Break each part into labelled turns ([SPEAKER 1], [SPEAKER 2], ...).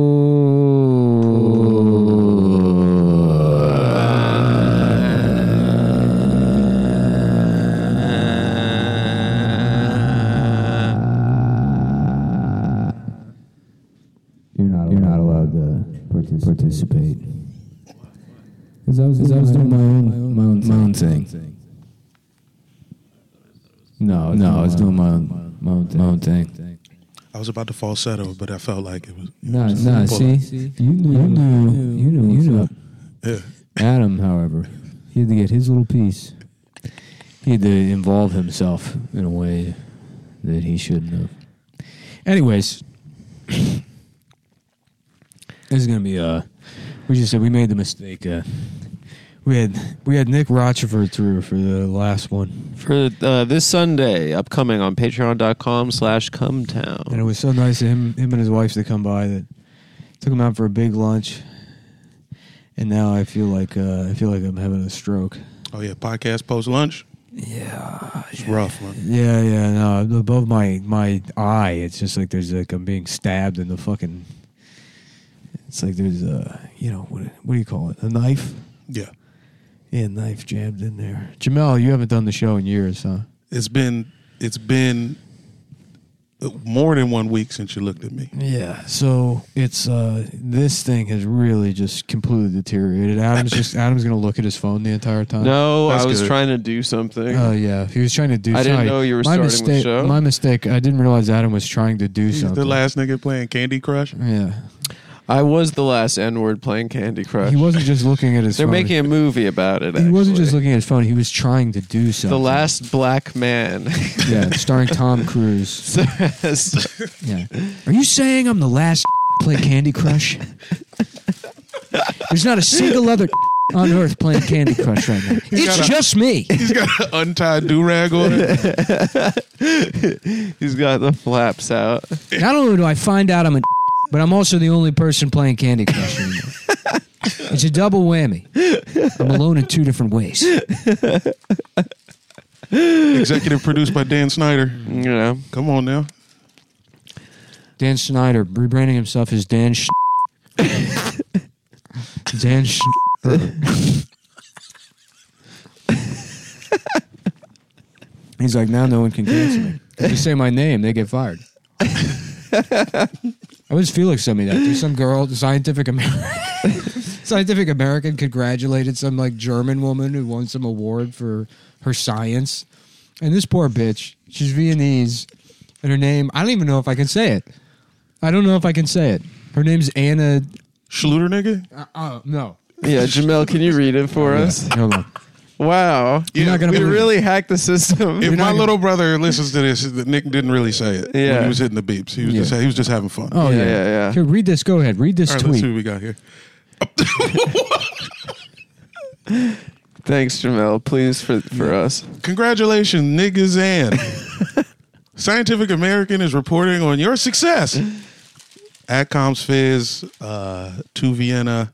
[SPEAKER 1] Oh. You're not.
[SPEAKER 2] You're
[SPEAKER 1] allowed.
[SPEAKER 2] not allowed to participate.
[SPEAKER 1] Because I was,
[SPEAKER 2] Because
[SPEAKER 1] doing,
[SPEAKER 2] I was doing
[SPEAKER 1] my,
[SPEAKER 2] my
[SPEAKER 1] own,
[SPEAKER 2] own-
[SPEAKER 1] my own,
[SPEAKER 2] my own
[SPEAKER 1] thing.
[SPEAKER 2] thing.
[SPEAKER 1] No,
[SPEAKER 2] No, I was doing
[SPEAKER 1] my own, my own thing. My own thing.
[SPEAKER 3] I was about to falsetto, but I felt like it was.
[SPEAKER 1] No,
[SPEAKER 3] it was
[SPEAKER 1] no.
[SPEAKER 3] pull
[SPEAKER 1] See,
[SPEAKER 3] up.
[SPEAKER 1] you knew, you knew, you knew, you knew.
[SPEAKER 3] Yeah.
[SPEAKER 1] Adam, however, he had to get his little piece. He had to involve himself in a way that he shouldn't have. Anyways, this is gonna be uh we just said we made the mistake uh we had we had Nick Rochford through for the last one.
[SPEAKER 4] For uh, this Sunday, upcoming on patreon.com slash
[SPEAKER 1] And uh, it
[SPEAKER 4] cumtown.
[SPEAKER 1] was so nice of him him and his wife to come by that took him out for a big lunch. And now I feel like uh, I feel like I'm having a stroke.
[SPEAKER 3] Oh yeah, podcast post lunch.
[SPEAKER 1] Yeah.
[SPEAKER 3] It's rough, man.
[SPEAKER 1] Yeah, yeah, no. Above my my eye, it's just like there's like I'm being stabbed in the fucking. It's like there's a you know what what do you call it? A knife?
[SPEAKER 3] Yeah,
[SPEAKER 1] Yeah, a knife jammed in there. Jamel, you haven't done the show in years, huh?
[SPEAKER 3] it's been it's been more than one week since you looked at me.
[SPEAKER 1] Yeah. So it's uh this thing has really just completely deteriorated. Adam's just Adam's gonna look at his phone the entire time.
[SPEAKER 4] No,
[SPEAKER 3] That's
[SPEAKER 4] I was
[SPEAKER 3] good.
[SPEAKER 4] trying to do something.
[SPEAKER 1] Oh yeah, he was trying to do.
[SPEAKER 4] I didn't
[SPEAKER 1] sorry.
[SPEAKER 4] know you were
[SPEAKER 1] my
[SPEAKER 4] starting the
[SPEAKER 1] mistake,
[SPEAKER 4] show.
[SPEAKER 1] My mistake. I didn't realize Adam was trying to do
[SPEAKER 3] He's
[SPEAKER 1] something.
[SPEAKER 3] the last nigga playing Candy Crush.
[SPEAKER 1] yeah,
[SPEAKER 4] I was the last N word playing Candy Crush.
[SPEAKER 1] he wasn't just looking at his.
[SPEAKER 4] They're
[SPEAKER 1] phone.
[SPEAKER 4] making a movie about it.
[SPEAKER 1] He wasn't
[SPEAKER 4] actually.
[SPEAKER 1] just looking at his phone. He was trying to do something.
[SPEAKER 4] The last black man.
[SPEAKER 1] yeah, starring Tom Cruise.
[SPEAKER 4] Yes.
[SPEAKER 1] Yeah. Are you saying I'm the last to play Candy Crush? There's not a single other on earth playing Candy Crush right now. It's just me.
[SPEAKER 3] He's got an untied do rag on. it.
[SPEAKER 4] He's got the flaps out.
[SPEAKER 1] Not only do I find out I'm a, but I'm also the only person playing Candy Crush anymore. It's a double whammy. I'm alone in two different ways.
[SPEAKER 3] Executive produced by Dan Snyder.
[SPEAKER 4] You know.
[SPEAKER 3] Come on now.
[SPEAKER 1] Dan Schneider rebranding himself as Dan Sch- Dan Sch- He's like, now no one can cancel me. If you say my name, they get fired. I was Felix sent me that. There's some girl, Scientific American, Scientific American, congratulated some like German woman who won some award for her science, and this poor bitch, she's Viennese, and her name I don't even know if I can say it. I don't know if I can say it. Her name's Anna.
[SPEAKER 3] Schluter nigga.
[SPEAKER 1] Uh, uh, no,
[SPEAKER 4] Yeah, Jamel, can you read it for us?
[SPEAKER 1] hold on.
[SPEAKER 4] Wow.
[SPEAKER 3] You're
[SPEAKER 1] not gonna
[SPEAKER 4] we
[SPEAKER 1] believe it.
[SPEAKER 4] really hacked the system.
[SPEAKER 1] not
[SPEAKER 3] If my
[SPEAKER 1] gonna-
[SPEAKER 3] little brother listens to this, Nick didn't really say it when
[SPEAKER 4] Yeah.
[SPEAKER 3] he was hitting the beeps. He was
[SPEAKER 1] Yeah.
[SPEAKER 3] just he was just having fun.
[SPEAKER 1] Oh yeah,
[SPEAKER 4] Yeah, yeah, yeah.
[SPEAKER 1] Here, read this. Go ahead. Read this
[SPEAKER 3] All right, let's
[SPEAKER 1] tweet.
[SPEAKER 3] see what we got here.
[SPEAKER 4] Thanks, Jamel. Please for for us.
[SPEAKER 3] Congratulations, niggas and Scientific American is reporting on your success. Atcom's Fizz, uh, to Vienna,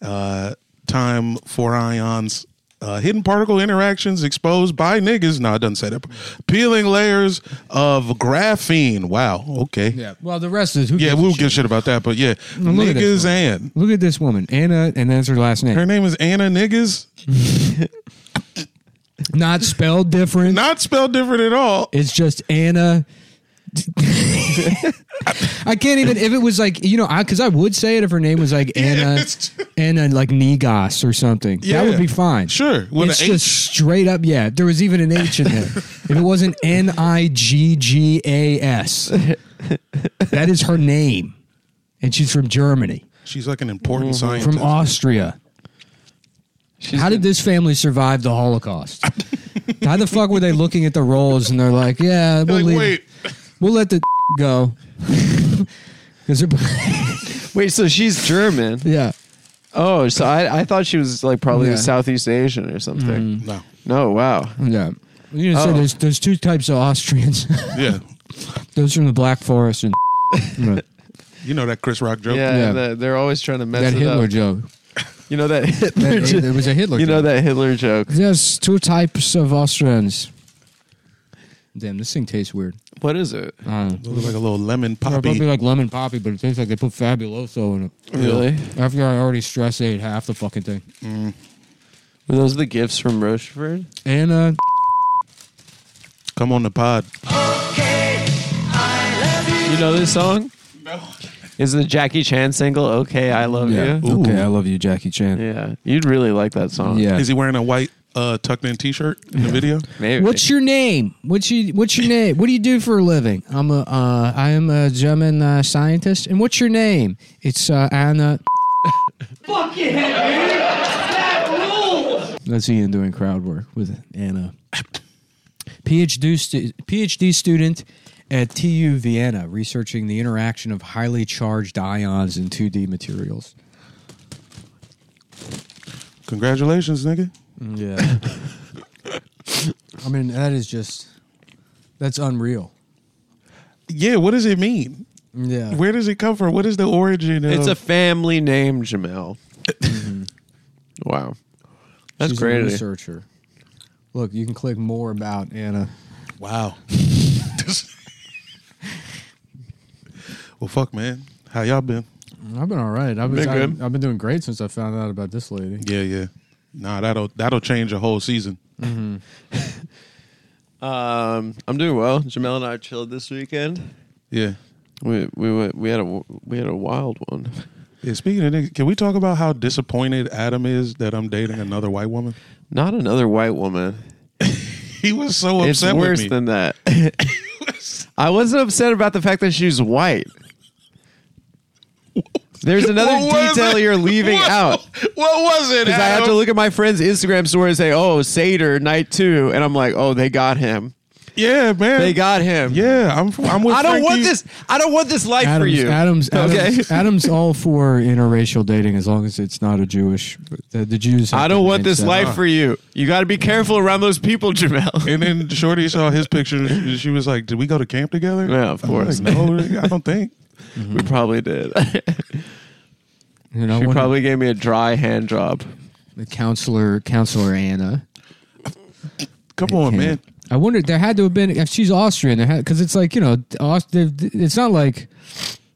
[SPEAKER 3] uh, time for ions, uh, hidden particle interactions exposed by niggas. No, it doesn't say that. Peeling layers of graphene. Wow. Okay. Yeah,
[SPEAKER 1] Yeah. Well, the rest is who gives a
[SPEAKER 3] we'll
[SPEAKER 1] shit?
[SPEAKER 3] give a shit about that, but yeah,
[SPEAKER 1] look at this
[SPEAKER 3] niggas and
[SPEAKER 1] Look at this woman, Anna, and that's her last name.
[SPEAKER 3] her name is Anna Niggas.
[SPEAKER 1] Not spelled different.
[SPEAKER 3] Not spelled different at all.
[SPEAKER 1] It's just Anna. I can't even if it was like you know because I, would say it if her name was like Anna
[SPEAKER 3] it's-
[SPEAKER 1] Anna like Negas or something that would
[SPEAKER 3] Yeah.
[SPEAKER 1] be fine
[SPEAKER 3] Sure, with
[SPEAKER 1] it's
[SPEAKER 3] an
[SPEAKER 1] just straight up yeah there was even an H in there if it wasn't N I G G A S that is her name and she's from Germany
[SPEAKER 3] She's like an important scientist.
[SPEAKER 1] from Austria
[SPEAKER 4] She's
[SPEAKER 1] How did this family survive the Holocaust? How the fuck were they looking at the rolls and they're like, yeah, we'll
[SPEAKER 3] Like,
[SPEAKER 1] leave.
[SPEAKER 3] wait.
[SPEAKER 1] We'll let the go. 'Cause they're-
[SPEAKER 4] Wait, so she's German.
[SPEAKER 1] yeah.
[SPEAKER 4] Oh, so I, I thought she was like probably
[SPEAKER 1] Yeah.
[SPEAKER 4] Southeast Asian or something.
[SPEAKER 3] No.
[SPEAKER 4] No, wow.
[SPEAKER 1] Yeah. You know, so
[SPEAKER 4] Oh.
[SPEAKER 1] there's, there's two types of Austrians.
[SPEAKER 3] Yeah.
[SPEAKER 1] Those from the Black Forest and
[SPEAKER 3] You know that Chris Rock joke.
[SPEAKER 4] Yeah,
[SPEAKER 1] Yeah.
[SPEAKER 4] the- they're always trying to mess
[SPEAKER 1] that
[SPEAKER 4] it
[SPEAKER 1] Hitler
[SPEAKER 4] up.
[SPEAKER 1] joke.
[SPEAKER 4] You know that Hitler
[SPEAKER 1] That,
[SPEAKER 4] joke.
[SPEAKER 1] it was a Hitler
[SPEAKER 4] You know
[SPEAKER 1] joke.
[SPEAKER 4] that Hitler joke.
[SPEAKER 1] There's two types of Austrians. Damn, this thing tastes weird.
[SPEAKER 4] What is it?
[SPEAKER 1] I don't
[SPEAKER 3] It looks like a little lemon
[SPEAKER 1] know.
[SPEAKER 3] poppy.
[SPEAKER 1] Probably like lemon poppy, but it tastes like they put fabuloso in it.
[SPEAKER 4] Really?
[SPEAKER 1] After I already stress ate half the fucking thing.
[SPEAKER 4] Were those the gifts from Rocheford?
[SPEAKER 1] And uh,
[SPEAKER 3] Come on the pod.
[SPEAKER 4] You know this song?
[SPEAKER 3] No.
[SPEAKER 4] Is the Jackie Chan single "Okay I Love You"?
[SPEAKER 3] Ooh.
[SPEAKER 2] Okay, I love you, Jackie Chan.
[SPEAKER 4] Yeah, you'd really like that song.
[SPEAKER 2] Yeah.
[SPEAKER 3] Is he wearing a white uh, tucked in t shirt in the video?
[SPEAKER 4] maybe.
[SPEAKER 1] what's your name? What's you? What's your name? What do you do for a living? I'm a uh, I am a German uh, scientist. And what's your name? It's uh, Anna.
[SPEAKER 5] Fuck yeah, dude! That rules!
[SPEAKER 1] That's Ian doing crowd work with Anna. PhD, stu- PhD student at TU Vienna researching the interaction of highly charged ions in 2D materials.
[SPEAKER 3] Congratulations, nigga.
[SPEAKER 1] Yeah. I mean, that is just, that's unreal.
[SPEAKER 3] Yeah, what does it mean?
[SPEAKER 1] Yeah.
[SPEAKER 3] Where does it come from? What is the origin of
[SPEAKER 4] Uh. It's a family name, Jamel.
[SPEAKER 3] Mm-hmm.
[SPEAKER 4] Wow, that's
[SPEAKER 1] She's
[SPEAKER 4] great.
[SPEAKER 1] A researcher. Look, you can click more about Anna.
[SPEAKER 3] Wow. well, fuck, man. How y'all been?
[SPEAKER 1] I've been all right. I've been,
[SPEAKER 4] Been good.
[SPEAKER 1] I've been doing great since I found out about this lady.
[SPEAKER 3] Yeah, yeah. Nah, that'll that'll change a whole season.
[SPEAKER 4] Um, I'm doing well. Jamel and I chilled this weekend.
[SPEAKER 3] Yeah.
[SPEAKER 4] We we went, we had a we had a wild one.
[SPEAKER 3] Yeah. Speaking of niggas, can we talk about how disappointed Adam is that I'm dating another white woman?
[SPEAKER 4] Not another white woman.
[SPEAKER 3] He was so upset
[SPEAKER 4] it's worse
[SPEAKER 3] with me.
[SPEAKER 4] than that. I wasn't upset about the fact that she's white. There's another
[SPEAKER 3] What was
[SPEAKER 4] detail
[SPEAKER 3] it?
[SPEAKER 4] you're leaving
[SPEAKER 3] What-
[SPEAKER 4] out.
[SPEAKER 3] What was it?
[SPEAKER 4] Because I have
[SPEAKER 3] Adam?
[SPEAKER 4] to look at my friend's Instagram story and say, oh, Seder, night two. And I'm like, oh, they got him.
[SPEAKER 3] Yeah, man.
[SPEAKER 4] They got him.
[SPEAKER 3] Yeah, I'm. I'm with.
[SPEAKER 4] I don't want
[SPEAKER 3] Frankie.
[SPEAKER 4] this. I don't want this life for
[SPEAKER 1] Adams,
[SPEAKER 4] you.
[SPEAKER 1] Adams, Adams,
[SPEAKER 4] Okay.
[SPEAKER 1] Adams, all for interracial dating as long as it's not a Jewish. The, the Jews. have
[SPEAKER 4] I don't
[SPEAKER 1] to
[SPEAKER 4] want this
[SPEAKER 1] manage that.
[SPEAKER 4] life for you. You got to be careful around those people, Jamel.
[SPEAKER 3] And then Shorty saw his picture. and she- She was like, "Did we go to camp together?"
[SPEAKER 4] Yeah, of
[SPEAKER 3] I
[SPEAKER 4] course.
[SPEAKER 3] was like, no, I don't think.
[SPEAKER 1] Mm-hmm.
[SPEAKER 4] we probably did.
[SPEAKER 1] You know,
[SPEAKER 4] she
[SPEAKER 1] one-
[SPEAKER 4] probably gave me a dry hand job.
[SPEAKER 1] the counselor, counselor Anna.
[SPEAKER 3] Come on, man.
[SPEAKER 1] I wonder. There had to have been if she's Austrian. There had because it's like you know, Aust- it's not like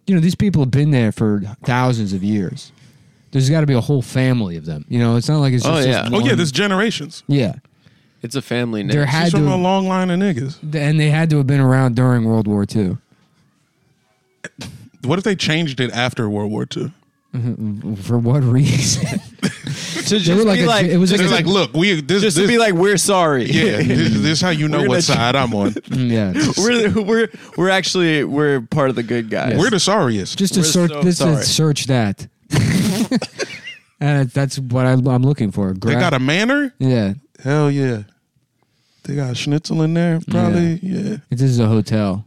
[SPEAKER 1] you know these people have been there for thousands of years. There's got to be a whole family of them. You know, it's not like it's
[SPEAKER 4] Oh,
[SPEAKER 1] just. this
[SPEAKER 4] yeah.
[SPEAKER 3] Oh yeah,
[SPEAKER 1] one-
[SPEAKER 3] there's generations.
[SPEAKER 1] yeah.
[SPEAKER 4] It's a family name.
[SPEAKER 1] There had
[SPEAKER 3] She's
[SPEAKER 1] to,
[SPEAKER 3] from a long line of niggas.
[SPEAKER 1] and they had to have been around during World War II.
[SPEAKER 3] What if they changed it after World War II?
[SPEAKER 1] For what reason?
[SPEAKER 4] to just
[SPEAKER 1] were like
[SPEAKER 4] be
[SPEAKER 1] a-
[SPEAKER 4] like,
[SPEAKER 1] it was
[SPEAKER 4] just,
[SPEAKER 3] They're like, look, we this
[SPEAKER 4] just
[SPEAKER 3] this,
[SPEAKER 4] to be like, we're sorry.
[SPEAKER 3] yeah, this, this is how you know
[SPEAKER 4] We're
[SPEAKER 3] what
[SPEAKER 4] gonna-
[SPEAKER 3] side I'm on.
[SPEAKER 1] Mm, yeah.
[SPEAKER 4] we're we're we're actually we're part of the good guys.
[SPEAKER 3] We're the sorriest.
[SPEAKER 1] just to
[SPEAKER 4] We're
[SPEAKER 1] search
[SPEAKER 4] so
[SPEAKER 1] this to
[SPEAKER 4] sorry.
[SPEAKER 1] search that and that's what I, i'm looking for
[SPEAKER 3] they
[SPEAKER 1] Gra-
[SPEAKER 3] got a manor.
[SPEAKER 1] yeah
[SPEAKER 3] Hell yeah, they got schnitzel in there. Probably yeah.
[SPEAKER 1] this is a hotel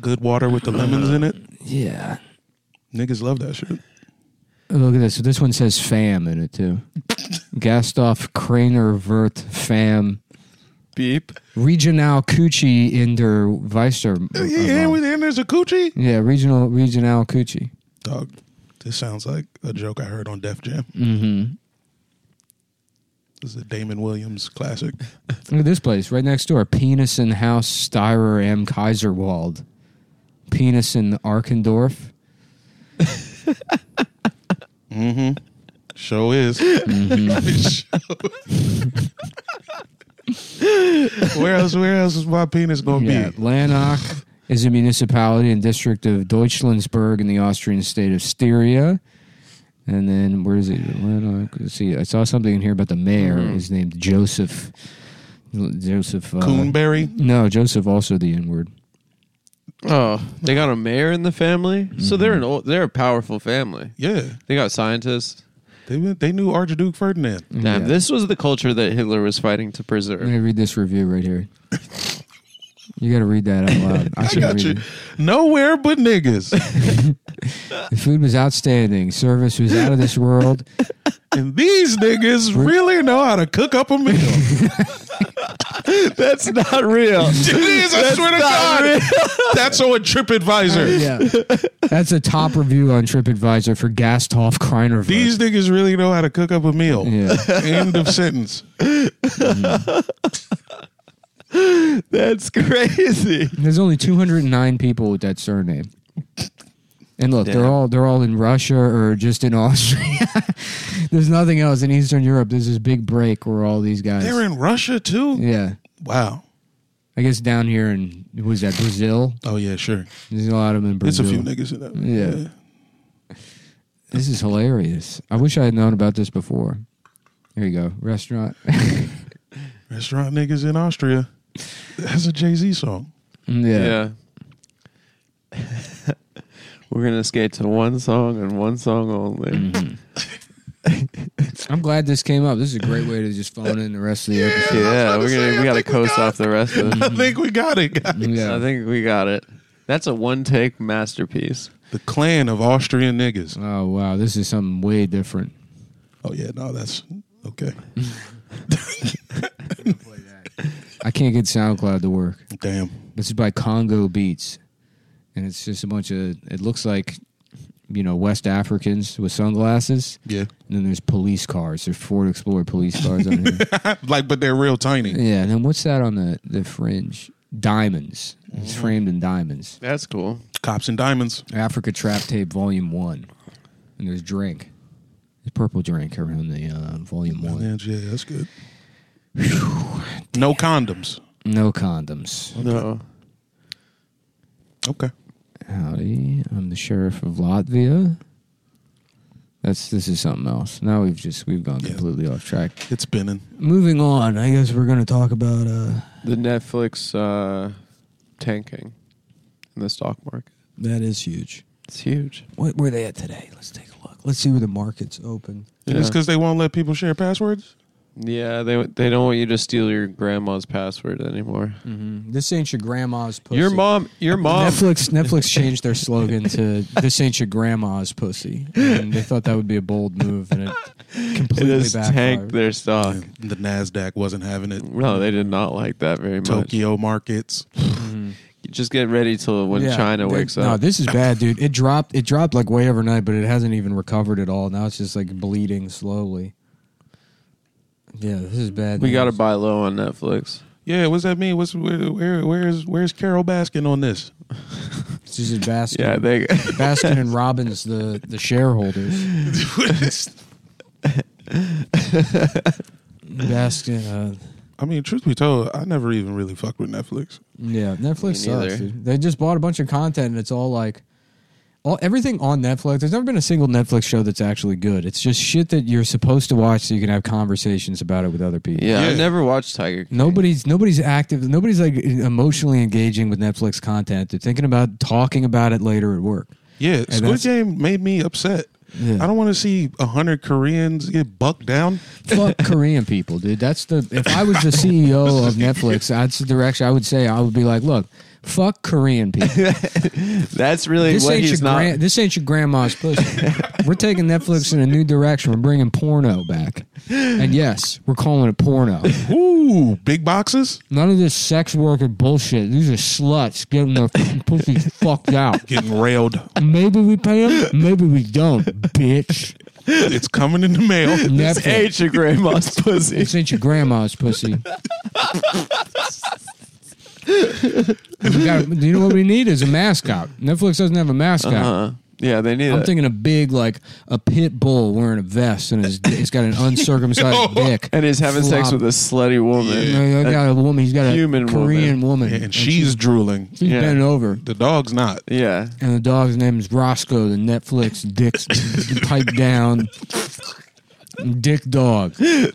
[SPEAKER 3] Good water with the lemons in it.
[SPEAKER 1] yeah
[SPEAKER 3] Niggas love that shit.
[SPEAKER 1] look at this so this one says fam in it too gastoff craner vert fam
[SPEAKER 4] beep.
[SPEAKER 1] regional coochie in der weiser
[SPEAKER 3] Yeah, and, we, and there's a coochie.
[SPEAKER 1] yeah regional regional coochie
[SPEAKER 3] Dog, this sounds like a joke I heard on Def Jam.
[SPEAKER 1] mm-hmm.
[SPEAKER 3] This is a Damon Williams classic.
[SPEAKER 1] look at this place right next door penis in house styrer m kaiserwald penis in arkendorf
[SPEAKER 3] Show is. Mm-hmm. where else? Where else is my penis gonna
[SPEAKER 1] Yeah,
[SPEAKER 3] be?
[SPEAKER 1] Lanach is a municipality and district of Deutschlandsburg in the Austrian state of Styria. And then where is it? Lanach. Let's see, I saw something in here about the mayor
[SPEAKER 3] Mm-hmm.
[SPEAKER 1] is named Joseph. Joseph. Uh,
[SPEAKER 3] Coonberry.
[SPEAKER 1] No, Joseph also the N word.
[SPEAKER 4] Oh, they got a mayor in the family, so they're an old, they're a powerful family.
[SPEAKER 3] Yeah,
[SPEAKER 4] They got scientists.
[SPEAKER 3] they went- they knew Archduke Ferdinand.
[SPEAKER 4] Damn,
[SPEAKER 1] Yeah.
[SPEAKER 4] this was the culture that Hitler was fighting to
[SPEAKER 1] I'm
[SPEAKER 4] preserve.
[SPEAKER 1] gonna read this review right here. You got to read that out loud.
[SPEAKER 3] I
[SPEAKER 1] shouldn't
[SPEAKER 3] got
[SPEAKER 1] read
[SPEAKER 3] you.
[SPEAKER 1] it.
[SPEAKER 3] Nowhere but niggas.
[SPEAKER 1] The food was outstanding. Service was out of this world.
[SPEAKER 3] and these niggas really know how to cook up a meal.
[SPEAKER 4] That's not real.
[SPEAKER 3] It is, I swear to God. That's on TripAdvisor.
[SPEAKER 1] Yeah, that's a top review on TripAdvisor for Gasthof Kreiner.
[SPEAKER 3] These niggas really know how to cook up a meal.
[SPEAKER 1] Yeah.
[SPEAKER 3] End of sentence.
[SPEAKER 4] That's crazy.
[SPEAKER 1] There's only 209 people with that surname. And look, they're
[SPEAKER 4] Damn.
[SPEAKER 1] all they're all in Russia or just in Austria. There's nothing else in Eastern Europe. There's this big break where all these guys.
[SPEAKER 3] They're in Russia too.
[SPEAKER 1] yeah,
[SPEAKER 3] Wow.
[SPEAKER 1] I guess down here in what was that Brazil?
[SPEAKER 3] Oh yeah, sure.
[SPEAKER 1] There's a lot of them in
[SPEAKER 3] It's
[SPEAKER 1] Brazil.
[SPEAKER 3] a few niggas in that.
[SPEAKER 1] Yeah. This is hilarious. I wish I had known about this before. Here you go, restaurant. yeah.
[SPEAKER 3] Restaurant niggas in Austria. That's a Jay Z song.
[SPEAKER 4] Yeah. We're gonna skate to one song and one song only.
[SPEAKER 1] Mm-hmm. I'm glad this came up. This is a great way to just phone in the rest of the episode.
[SPEAKER 4] Yeah,
[SPEAKER 3] I was about
[SPEAKER 4] we're
[SPEAKER 3] to
[SPEAKER 4] gonna
[SPEAKER 3] say, I
[SPEAKER 4] we gotta
[SPEAKER 3] think we
[SPEAKER 4] coast
[SPEAKER 3] got
[SPEAKER 4] off the rest of
[SPEAKER 3] I
[SPEAKER 4] it.
[SPEAKER 3] think we got it, guys.
[SPEAKER 1] Mm-hmm. Yeah.
[SPEAKER 4] I think we got it. That's a one take masterpiece.
[SPEAKER 3] The clan of Austrian niggas.
[SPEAKER 1] Oh wow, this is something way different.
[SPEAKER 3] Oh yeah, no, that's okay.
[SPEAKER 1] I can't get SoundCloud to work.
[SPEAKER 3] Damn.
[SPEAKER 1] This is by Congo Beats, and it's just a bunch of. It looks like, you know, West Africans with sunglasses,
[SPEAKER 3] Yeah.
[SPEAKER 1] and then there's police cars. There's Ford Explorer police cars on here.
[SPEAKER 3] like, but they're real tiny.
[SPEAKER 1] yeah, and then what's that on the the fringe? Diamonds. It's framed in diamonds.
[SPEAKER 4] That's cool.
[SPEAKER 3] Cops and diamonds.
[SPEAKER 1] Africa Trap Tape Volume One, and there's drink. There's purple drink around the uh, Volume One.
[SPEAKER 3] Yeah, yeah, that's good. no condoms.
[SPEAKER 1] No condoms.
[SPEAKER 4] No.
[SPEAKER 3] Okay.
[SPEAKER 1] Howdy, I'm the sheriff of Latvia. That's this is something else. Now we've just we've gone
[SPEAKER 3] Yeah.
[SPEAKER 1] completely off track.
[SPEAKER 3] It's spinning.
[SPEAKER 1] Moving on, I guess we're gonna talk about uh
[SPEAKER 4] The Netflix uh, tanking in the stock market.
[SPEAKER 1] that is huge.
[SPEAKER 4] It's huge.
[SPEAKER 1] What were they at today? Let's take a look. Let's see where the market's open.
[SPEAKER 3] And It's
[SPEAKER 4] Yeah.
[SPEAKER 3] because they won't let people share passwords.
[SPEAKER 4] Yeah, they they don't want you to steal your grandma's password anymore.
[SPEAKER 1] Mm-hmm. This ain't your grandma's pussy.
[SPEAKER 4] Your mom, your mom.
[SPEAKER 1] Netflix Netflix changed their slogan to "This ain't your grandma's pussy," and they thought that would be a bold move, and it
[SPEAKER 4] It
[SPEAKER 1] completely
[SPEAKER 4] has
[SPEAKER 1] backfired.
[SPEAKER 4] tanked their stock.
[SPEAKER 3] The Nasdaq wasn't having it.
[SPEAKER 4] No, they did not like that very much.
[SPEAKER 3] Tokyo markets.
[SPEAKER 1] Mm-hmm.
[SPEAKER 4] Just get ready till when
[SPEAKER 1] Yeah,
[SPEAKER 4] China
[SPEAKER 1] they-
[SPEAKER 4] wakes
[SPEAKER 1] No,
[SPEAKER 4] up.
[SPEAKER 1] this is bad, dude. It dropped. It dropped like way overnight, but it hasn't even recovered at all. Now it's just like bleeding slowly. Yeah, this is bad.
[SPEAKER 4] we
[SPEAKER 1] news.
[SPEAKER 4] got to buy low on Netflix.
[SPEAKER 3] Yeah, what's that mean? What's where, where where's where's Carol Baskin on this?
[SPEAKER 1] This is Baskin.
[SPEAKER 4] Yeah, they.
[SPEAKER 1] Baskin and Robbins, the the shareholders. Baskin. Uh,
[SPEAKER 3] I mean, truth be told, I never even really fucked with Netflix.
[SPEAKER 1] yeah, Netflix
[SPEAKER 4] Me neither.
[SPEAKER 1] sucks. Dude. They just bought a bunch of content, and it's all like. All, everything on Netflix. There's never been a single Netflix show that's actually good. It's just shit that you're supposed to watch so you can have conversations about it with other people.
[SPEAKER 4] Yeah,
[SPEAKER 3] Yeah.
[SPEAKER 4] I never watched Tiger. King.
[SPEAKER 1] Nobody's nobody's active. Nobody's like emotionally engaging with Netflix content. They're thinking about talking about it later at work.
[SPEAKER 3] Yeah, Squid
[SPEAKER 1] that's-
[SPEAKER 3] Game made me upset.
[SPEAKER 1] Yeah.
[SPEAKER 3] I don't want to see a hundred Koreans get bucked down.
[SPEAKER 1] Fuck Korean people, dude. That's the if I was the CEO of Netflix, that's the direction I would say. I would be like, look, fuck Korean people.
[SPEAKER 4] That's really
[SPEAKER 1] This
[SPEAKER 4] what
[SPEAKER 1] ain't your
[SPEAKER 4] he's not.
[SPEAKER 1] gran- this ain't your grandma's pussy. We're taking Netflix in a new direction. We're bringing porno back, and yes, we're calling it porno.
[SPEAKER 3] Ooh, big boxes.
[SPEAKER 1] None of this sex worker bullshit. These are sluts getting their pussies fucked out.
[SPEAKER 3] Getting railed.
[SPEAKER 1] Maybe we pay them. Maybe we don't, bitch.
[SPEAKER 3] It's coming in the mail.
[SPEAKER 4] this
[SPEAKER 1] Netflix.
[SPEAKER 4] ain't your grandma's pussy.
[SPEAKER 1] This ain't your grandma's pussy. we got, you know what we need is a mascot. Netflix doesn't have a mascot.
[SPEAKER 4] Uh, yeah, they need
[SPEAKER 1] I'm
[SPEAKER 4] it.
[SPEAKER 1] thinking a big, like a pit bull wearing a vest and his, he's got an uncircumcised dick.
[SPEAKER 4] Oh, and he's having sex with a slutty woman.
[SPEAKER 1] No, I got a woman. He's got a
[SPEAKER 4] Human
[SPEAKER 1] Korean woman.
[SPEAKER 3] And she's drooling.
[SPEAKER 1] she's
[SPEAKER 4] yeah.
[SPEAKER 1] bent over.
[SPEAKER 3] The dog's not.
[SPEAKER 4] Yeah,
[SPEAKER 1] And the dog's name is Roscoe, the Netflix dick's pipe down dick dog. Oh,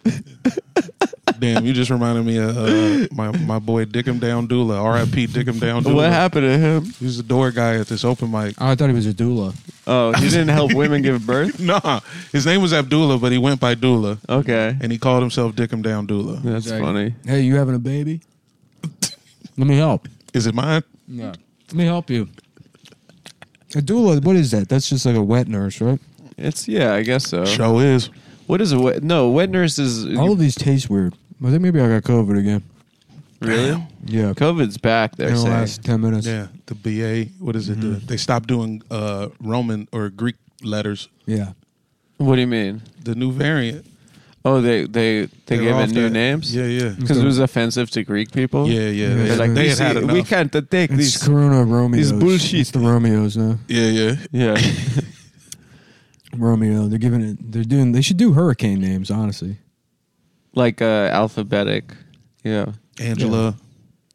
[SPEAKER 3] Damn, you just reminded me of uh, my my boy Dickem Down Doula. R.I.P. Dickem Down Doula.
[SPEAKER 4] what happened to him?
[SPEAKER 3] He was the door guy at this open mic.
[SPEAKER 1] Oh, I thought he was a doula.
[SPEAKER 4] Oh, he didn't help women give birth.
[SPEAKER 3] Nah, his name was Abdullah, but he went by Doula,
[SPEAKER 4] Okay,
[SPEAKER 3] and he called himself Dickem Down Doula.
[SPEAKER 4] that's
[SPEAKER 1] Like,
[SPEAKER 4] funny.
[SPEAKER 1] Hey, you having a baby? Let me help.
[SPEAKER 3] Is it mine?
[SPEAKER 1] Yeah. Let me help you. A doula, what is that? That's just like a wet nurse, right?
[SPEAKER 4] It's yeah, I guess so.
[SPEAKER 3] Show is.
[SPEAKER 4] What is a wet? No, wet nurse is
[SPEAKER 1] All of these taste weird. I think maybe I got COVID again.
[SPEAKER 4] really.
[SPEAKER 1] Yeah.
[SPEAKER 4] COVID's back. They're
[SPEAKER 1] in the
[SPEAKER 4] saying.
[SPEAKER 1] last 10 minutes.
[SPEAKER 3] Yeah, the BA. What is it? The-
[SPEAKER 4] Mm-hmm.
[SPEAKER 3] they stopped doing uh, Roman or Greek letters.
[SPEAKER 1] Yeah.
[SPEAKER 4] What do you mean?
[SPEAKER 3] The new variant.
[SPEAKER 4] Oh, they they they,
[SPEAKER 3] were
[SPEAKER 4] gave
[SPEAKER 3] off
[SPEAKER 4] it new
[SPEAKER 3] that-
[SPEAKER 4] names.
[SPEAKER 3] Yeah, yeah,
[SPEAKER 4] because it was offensive to Greek people.
[SPEAKER 3] yeah, yeah.
[SPEAKER 1] They're
[SPEAKER 3] yeah.
[SPEAKER 4] They're like,
[SPEAKER 3] they
[SPEAKER 4] we,
[SPEAKER 3] had had
[SPEAKER 4] see-
[SPEAKER 3] enough.
[SPEAKER 4] we can't take
[SPEAKER 1] It's
[SPEAKER 4] these.
[SPEAKER 1] Corona Romeos.
[SPEAKER 4] bullshit.
[SPEAKER 1] It's the Romeos now.
[SPEAKER 3] Yeah, yeah.
[SPEAKER 4] yeah,
[SPEAKER 1] Romeo. They're giving it. They're doing. They should do hurricane names. Honestly,
[SPEAKER 4] like uh, alphabetic. Yeah,
[SPEAKER 3] Angela,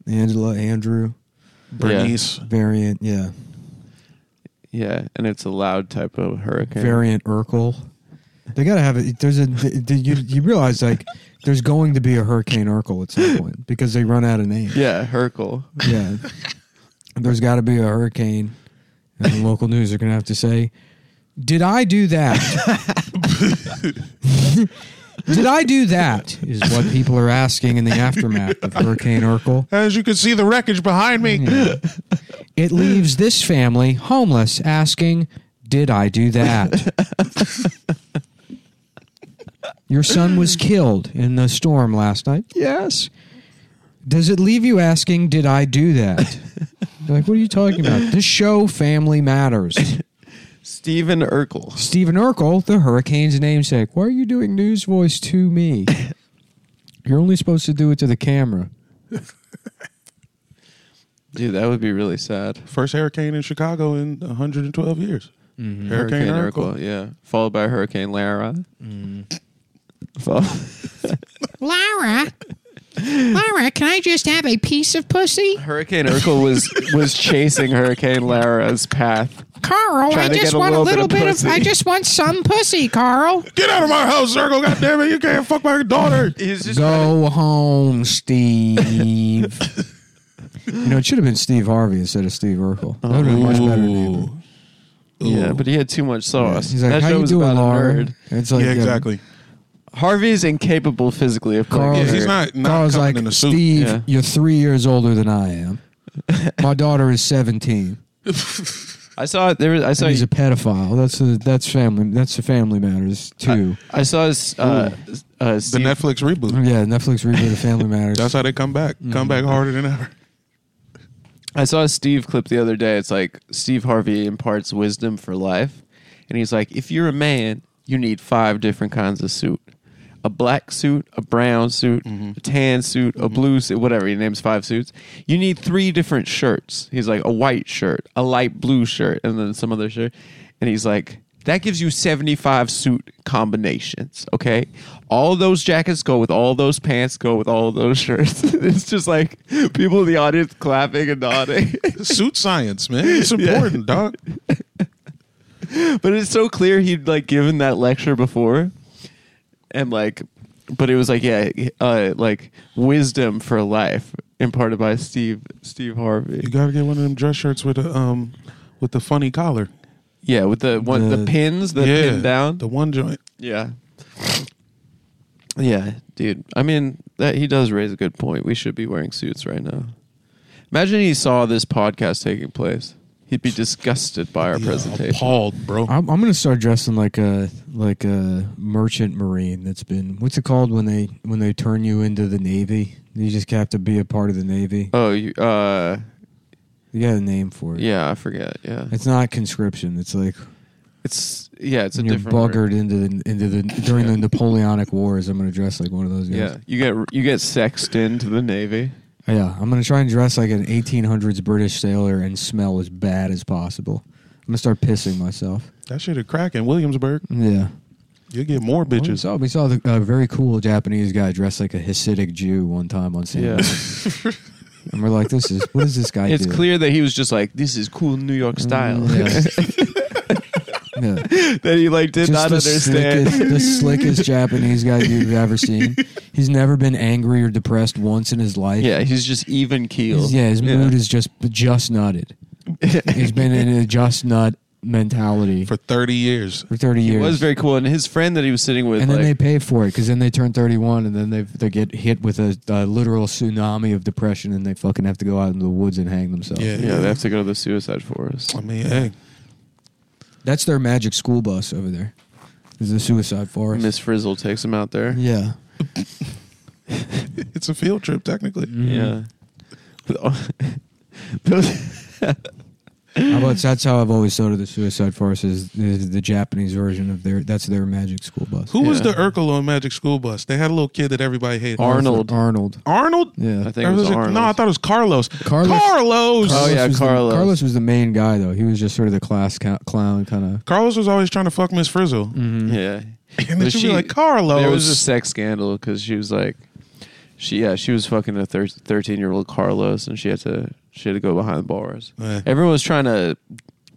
[SPEAKER 1] Angela, Andrew,
[SPEAKER 3] Bernice.
[SPEAKER 1] variant. Yeah,
[SPEAKER 4] yeah, and it's a loud type of hurricane.
[SPEAKER 1] variant Urkel. They gotta have it. There's a. th- th- You, you realize like there's going to be a hurricane Urkel at some point because they run out of names.
[SPEAKER 4] yeah, Herkel.
[SPEAKER 1] Yeah. There's got to be a hurricane. And the local news are going to have to say, Did I do that? Did I do that? Is what people are asking in the aftermath of Hurricane Urkel.
[SPEAKER 3] As you can see, the wreckage behind me.
[SPEAKER 1] It leaves this family homeless asking, Did I do that? Your son was killed in the storm last night. Yes. Does it leave you asking, Did I do that? You're like, what are you talking about? This show, Family Matters.
[SPEAKER 4] Stephen Urkel.
[SPEAKER 1] Stephen Urkel, the Hurricane's namesake. Why are you doing news voice to me? You're only supposed to do it to the camera.
[SPEAKER 4] Dude, that would be really sad.
[SPEAKER 3] First hurricane in Chicago in 112 years.
[SPEAKER 4] Mm-hmm.
[SPEAKER 3] Hurricane, Urkel. Mm.
[SPEAKER 4] yeah. Followed by Hurricane Lara. Fo-
[SPEAKER 1] Lara, Lara, can I just have a piece of pussy?
[SPEAKER 4] Hurricane Urkel was was chasing Hurricane Lara's path.
[SPEAKER 1] Carl,
[SPEAKER 4] Trying to just get a want a little little bit of bit of- pussy. I
[SPEAKER 1] just want some pussy, Carl.
[SPEAKER 3] Get out of my house, Urkel. God damn it. You can't fuck my daughter.
[SPEAKER 4] He's just
[SPEAKER 1] Go home, Steve. you know, it should have been Steve Harvey instead of Steve Urkel. That would have been a much better name.
[SPEAKER 4] yeah, but he had too much sauce.
[SPEAKER 1] He's like,
[SPEAKER 4] Oh, that
[SPEAKER 1] "How
[SPEAKER 4] show
[SPEAKER 1] you
[SPEAKER 4] was
[SPEAKER 1] doing,
[SPEAKER 4] about a
[SPEAKER 1] Laura?"
[SPEAKER 4] nerd.
[SPEAKER 1] It's like, uh,
[SPEAKER 3] Yeah, exactly.
[SPEAKER 4] Harvey's incapable physically of playing.
[SPEAKER 1] Carl-
[SPEAKER 4] a
[SPEAKER 3] Yeah,
[SPEAKER 1] Yeah.
[SPEAKER 3] he's
[SPEAKER 4] nerd.
[SPEAKER 3] not, not
[SPEAKER 1] Carl's
[SPEAKER 3] coming
[SPEAKER 1] like,
[SPEAKER 3] in a suit.
[SPEAKER 1] Steve,
[SPEAKER 4] Yeah.
[SPEAKER 1] you're three years older than I am. My daughter is 17.
[SPEAKER 4] I saw it. There was. I saw.
[SPEAKER 1] So he's a pedophile. That's a, that's family. That's the Family Matters too.
[SPEAKER 4] I saw. his, Uh, uh,
[SPEAKER 3] the
[SPEAKER 4] Steve-
[SPEAKER 3] Netflix reboot.
[SPEAKER 1] yeah, Netflix rebooted the Family Matters.
[SPEAKER 3] That's how they come back. Come
[SPEAKER 4] Mm-hmm.
[SPEAKER 3] back harder than ever.
[SPEAKER 4] I saw a Steve clip the other day. It's like Steve Harvey imparts wisdom for life, and he's like, if you're a man, you need five different kinds of suit: a black suit, a brown suit,
[SPEAKER 1] Mm-hmm.
[SPEAKER 4] a tan suit, a blue suit, whatever. He names five suits. You need three different shirts. He's like a white shirt, a light blue shirt, and then some other shirt. And he's like, that gives you 75 suit combinations, okay? All those jackets go with all those pants, go with all those shirts. it's just like people in the audience clapping and nodding.
[SPEAKER 3] Suit science, man. It's important, dog.
[SPEAKER 4] but it's so clear he'd like given that lecture before. And like, but it was like, yeah, uh, like wisdom for life imparted by Steve Steve Harvey.
[SPEAKER 3] You gotta get one of them dress shirts with a um with the funny collar.
[SPEAKER 4] Yeah, with the one the,
[SPEAKER 1] The-
[SPEAKER 4] pins, the pin down.
[SPEAKER 3] The one joint.
[SPEAKER 4] Yeah. Yeah, dude. I mean, that he does raise a good point. We should be wearing suits right now. Imagine he saw this podcast taking place. He'd be disgusted by our
[SPEAKER 3] Yeah,
[SPEAKER 4] presentation.
[SPEAKER 3] Appalled, bro.
[SPEAKER 1] I'm, I'm gonna start dressing like a like a merchant marine. That's been what's it called when they when they turn you into the navy? You just have to be a part of the navy.
[SPEAKER 4] Oh, you, uh,
[SPEAKER 1] You got a name for it.
[SPEAKER 4] yeah, I forget. Yeah,
[SPEAKER 1] It's not conscription. It's like
[SPEAKER 4] it's yeah, it's a
[SPEAKER 1] when you're
[SPEAKER 4] different. word.
[SPEAKER 1] buggered into the into the during the Napoleonic Wars. I'm gonna dress like one of those guys. Oh,
[SPEAKER 4] Yeah, you get you get sexed into the navy.
[SPEAKER 1] Yeah, I'm gonna try and dress like an 1800s British sailor and smell as bad as possible. I'm gonna start pissing myself.
[SPEAKER 3] That shit a crack in Williamsburg.
[SPEAKER 1] Yeah,
[SPEAKER 3] You'll get more
[SPEAKER 1] we
[SPEAKER 3] bitches.
[SPEAKER 1] saw we saw the, a very cool Japanese guy dressed like a Hasidic Jew one time on
[SPEAKER 4] Yeah,
[SPEAKER 1] Santa, and we're like, "This is what is this guy?"
[SPEAKER 4] it's
[SPEAKER 1] do? Mm,
[SPEAKER 4] clear that he was just like, "This is cool New York style."
[SPEAKER 1] Yeah. Yeah.
[SPEAKER 4] that he like did
[SPEAKER 1] Just
[SPEAKER 4] not
[SPEAKER 1] the
[SPEAKER 4] understand.
[SPEAKER 1] Slickest, the slickest Japanese guy you've ever seen. He's never been angry or depressed once in his life.
[SPEAKER 4] Yeah, he's just even keel.
[SPEAKER 1] His- yeah, his mood is just just nutted. He's been in a just nut mentality for,
[SPEAKER 3] For thirty years.
[SPEAKER 1] 30 years.
[SPEAKER 4] It was very cool, and his friend that he was sitting with,
[SPEAKER 1] and
[SPEAKER 4] like,
[SPEAKER 1] then they pay for it because then they turn 31 and then they they get hit with a, a literal tsunami of depression and they fucking have to go out into the woods and hang themselves.
[SPEAKER 3] Yeah.
[SPEAKER 4] yeah, they have to go to the suicide forest.
[SPEAKER 3] I mean, hey.
[SPEAKER 1] That's their magic school bus over there. Is the suicide forest.
[SPEAKER 4] Miss Frizzle takes him out there.
[SPEAKER 1] yeah.
[SPEAKER 3] It's
[SPEAKER 4] Mm-hmm.
[SPEAKER 1] Mm-hmm.
[SPEAKER 3] a field trip technically.
[SPEAKER 4] Yeah. Those-
[SPEAKER 1] How about that's how I've always thought of the Suicide Force is the, the Japanese version of their that's their magic school bus.
[SPEAKER 3] Who was
[SPEAKER 4] Yeah.
[SPEAKER 3] the Urkel on Magic School Bus? They had a little kid that everybody hated.
[SPEAKER 4] Arnold.
[SPEAKER 1] Arnold.
[SPEAKER 3] Arnold?
[SPEAKER 1] Yeah.
[SPEAKER 4] I think
[SPEAKER 3] Or
[SPEAKER 4] it was
[SPEAKER 3] it-
[SPEAKER 4] Arnold.
[SPEAKER 3] No, I thought it was Carlos.
[SPEAKER 1] Carlos-
[SPEAKER 3] Carlos.
[SPEAKER 4] Oh, yeah,
[SPEAKER 1] was
[SPEAKER 4] Carlos.
[SPEAKER 1] The, Carlos was the main guy though. He was just sort of the class ca- clown kind of.
[SPEAKER 3] Carlos was always trying to fuck Miss Frizzle.
[SPEAKER 1] Mm-hmm.
[SPEAKER 4] Yeah.
[SPEAKER 3] And
[SPEAKER 4] Mm.
[SPEAKER 3] then
[SPEAKER 4] But
[SPEAKER 3] she'd be like, Carlos.
[SPEAKER 4] There was a sex scandal because she was like, she yeah, she was fucking a thirteen year old Carlos, and she had to she had to go behind bars.
[SPEAKER 3] Eh.
[SPEAKER 4] Everyone was trying to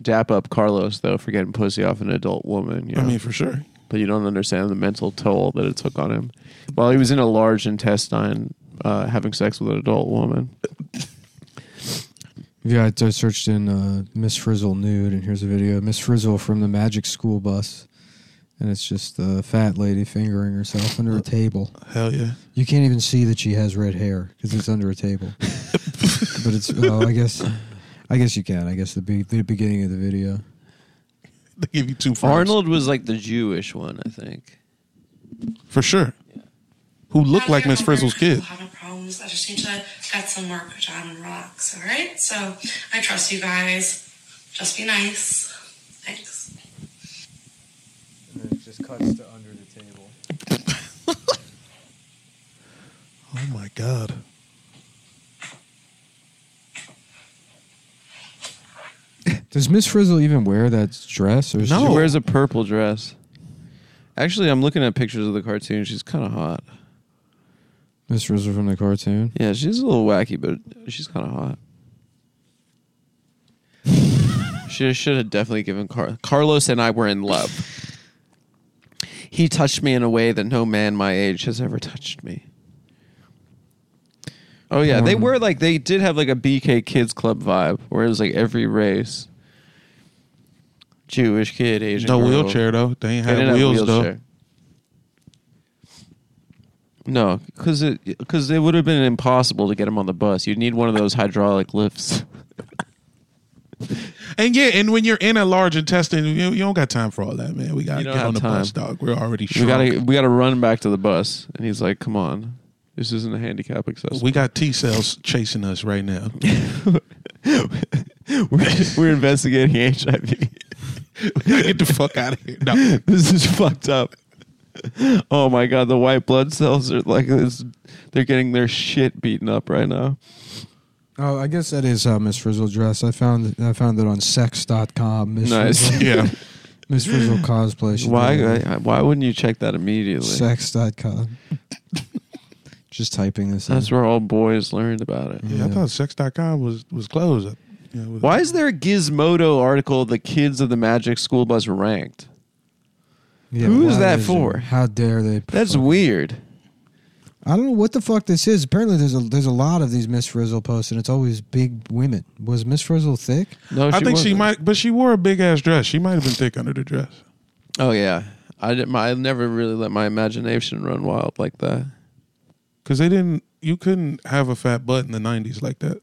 [SPEAKER 4] dap up Carlos though for getting pussy off an adult woman. You know?
[SPEAKER 3] I mean, for sure.
[SPEAKER 4] but you don't understand the mental toll that it took on him while he was in a large intestine uh, having sex with an adult woman.
[SPEAKER 1] Yeah, I just searched in uh, Miss Frizzle nude, and here's a video of Miss Frizzle from the Magic School Bus, and it's just a fat lady fingering herself under a table.
[SPEAKER 3] Hell yeah.
[SPEAKER 1] You can't even see that she has red hair because it's under a table. but it's oh, I guess, I guess you can. I guess the, be- the beginning of the video.
[SPEAKER 3] They give you two friends.
[SPEAKER 4] Arnold was like the Jewish one, I think.
[SPEAKER 3] For sure. Who looked like Miss Frizzle's kid.
[SPEAKER 2] Having problems. I just need to get some work done and relax. All right. So I trust you guys. Just be nice. Thanks.
[SPEAKER 1] And it just cuts to under the table.
[SPEAKER 3] Oh my God.
[SPEAKER 1] Does Miss Frizzle even wear that dress? Or is
[SPEAKER 3] No.
[SPEAKER 4] She
[SPEAKER 1] she-
[SPEAKER 4] wears a purple dress. Actually, I'm looking at pictures of the cartoon. She's kind of hot.
[SPEAKER 1] Miss Frizzle from the cartoon.
[SPEAKER 4] Yeah, she's a little wacky, but she's kind of hot. she should have definitely given Car- Carlos and I were in love. He touched me in a way that no man my age has ever touched me. Oh yeah, they were like they did have like a BK Kids Club vibe, where it was like every race, Jewish kid, Asian,
[SPEAKER 3] No
[SPEAKER 4] girl.
[SPEAKER 3] wheelchair, though. They ain't
[SPEAKER 4] They
[SPEAKER 3] had
[SPEAKER 4] didn't have
[SPEAKER 3] wheels,
[SPEAKER 4] wheelchair. No, because it because it would have been impossible to get him on the bus. You'd need one of those hydraulic lifts.
[SPEAKER 3] though. And yeah, and when you're in a large intestine, you, you don't got time for all that, man. We got to
[SPEAKER 4] You don't
[SPEAKER 3] get
[SPEAKER 4] have
[SPEAKER 3] on the bus,
[SPEAKER 4] time.
[SPEAKER 3] dog. We're already
[SPEAKER 4] we
[SPEAKER 3] shrunk.
[SPEAKER 4] gotta we gotta run back to the bus, and he's like, "Come on, this isn't a handicap accessible."
[SPEAKER 3] We got T cells chasing us right now.
[SPEAKER 4] we're, we're investigating HIV.
[SPEAKER 3] Get the fuck out of here. No.
[SPEAKER 4] this is fucked up. Oh my god, the white blood cells are like it's, they're getting their shit beaten up right now.
[SPEAKER 1] Oh, I guess that is how Miss Frizzle dressed. I found I found it on sex.com. Miss
[SPEAKER 4] Nice.
[SPEAKER 1] Frizzle,
[SPEAKER 3] Yeah.
[SPEAKER 1] Miss Frizzle cosplay. She
[SPEAKER 4] Why
[SPEAKER 1] did it.
[SPEAKER 4] why wouldn't you check that immediately?
[SPEAKER 1] Sex.com. Just typing this.
[SPEAKER 4] That's
[SPEAKER 1] in.
[SPEAKER 4] where all boys learned about it.
[SPEAKER 3] Yeah, I thought sex.com was, was closed. Yeah, it was-
[SPEAKER 4] Why is there a Gizmodo article, The Kids of the Magic School Bus Ranked?
[SPEAKER 1] Yeah,
[SPEAKER 4] Who is
[SPEAKER 1] why
[SPEAKER 4] that for?
[SPEAKER 1] it? How dare they?
[SPEAKER 4] That's
[SPEAKER 1] fuck-
[SPEAKER 4] weird.
[SPEAKER 1] I don't know what the fuck this is. Apparently, there's a there's a lot of these Miss Frizzle posts, and it's always big women. Was Miss Frizzle thick?
[SPEAKER 4] No,
[SPEAKER 3] I think she
[SPEAKER 4] wasn't.
[SPEAKER 3] might, but she wore a big ass dress. She might have been thick under the dress.
[SPEAKER 4] Oh, yeah. I, did, my, I never really let my imagination run wild like that.
[SPEAKER 3] Because they didn't, you couldn't have a fat butt in the 90s like that.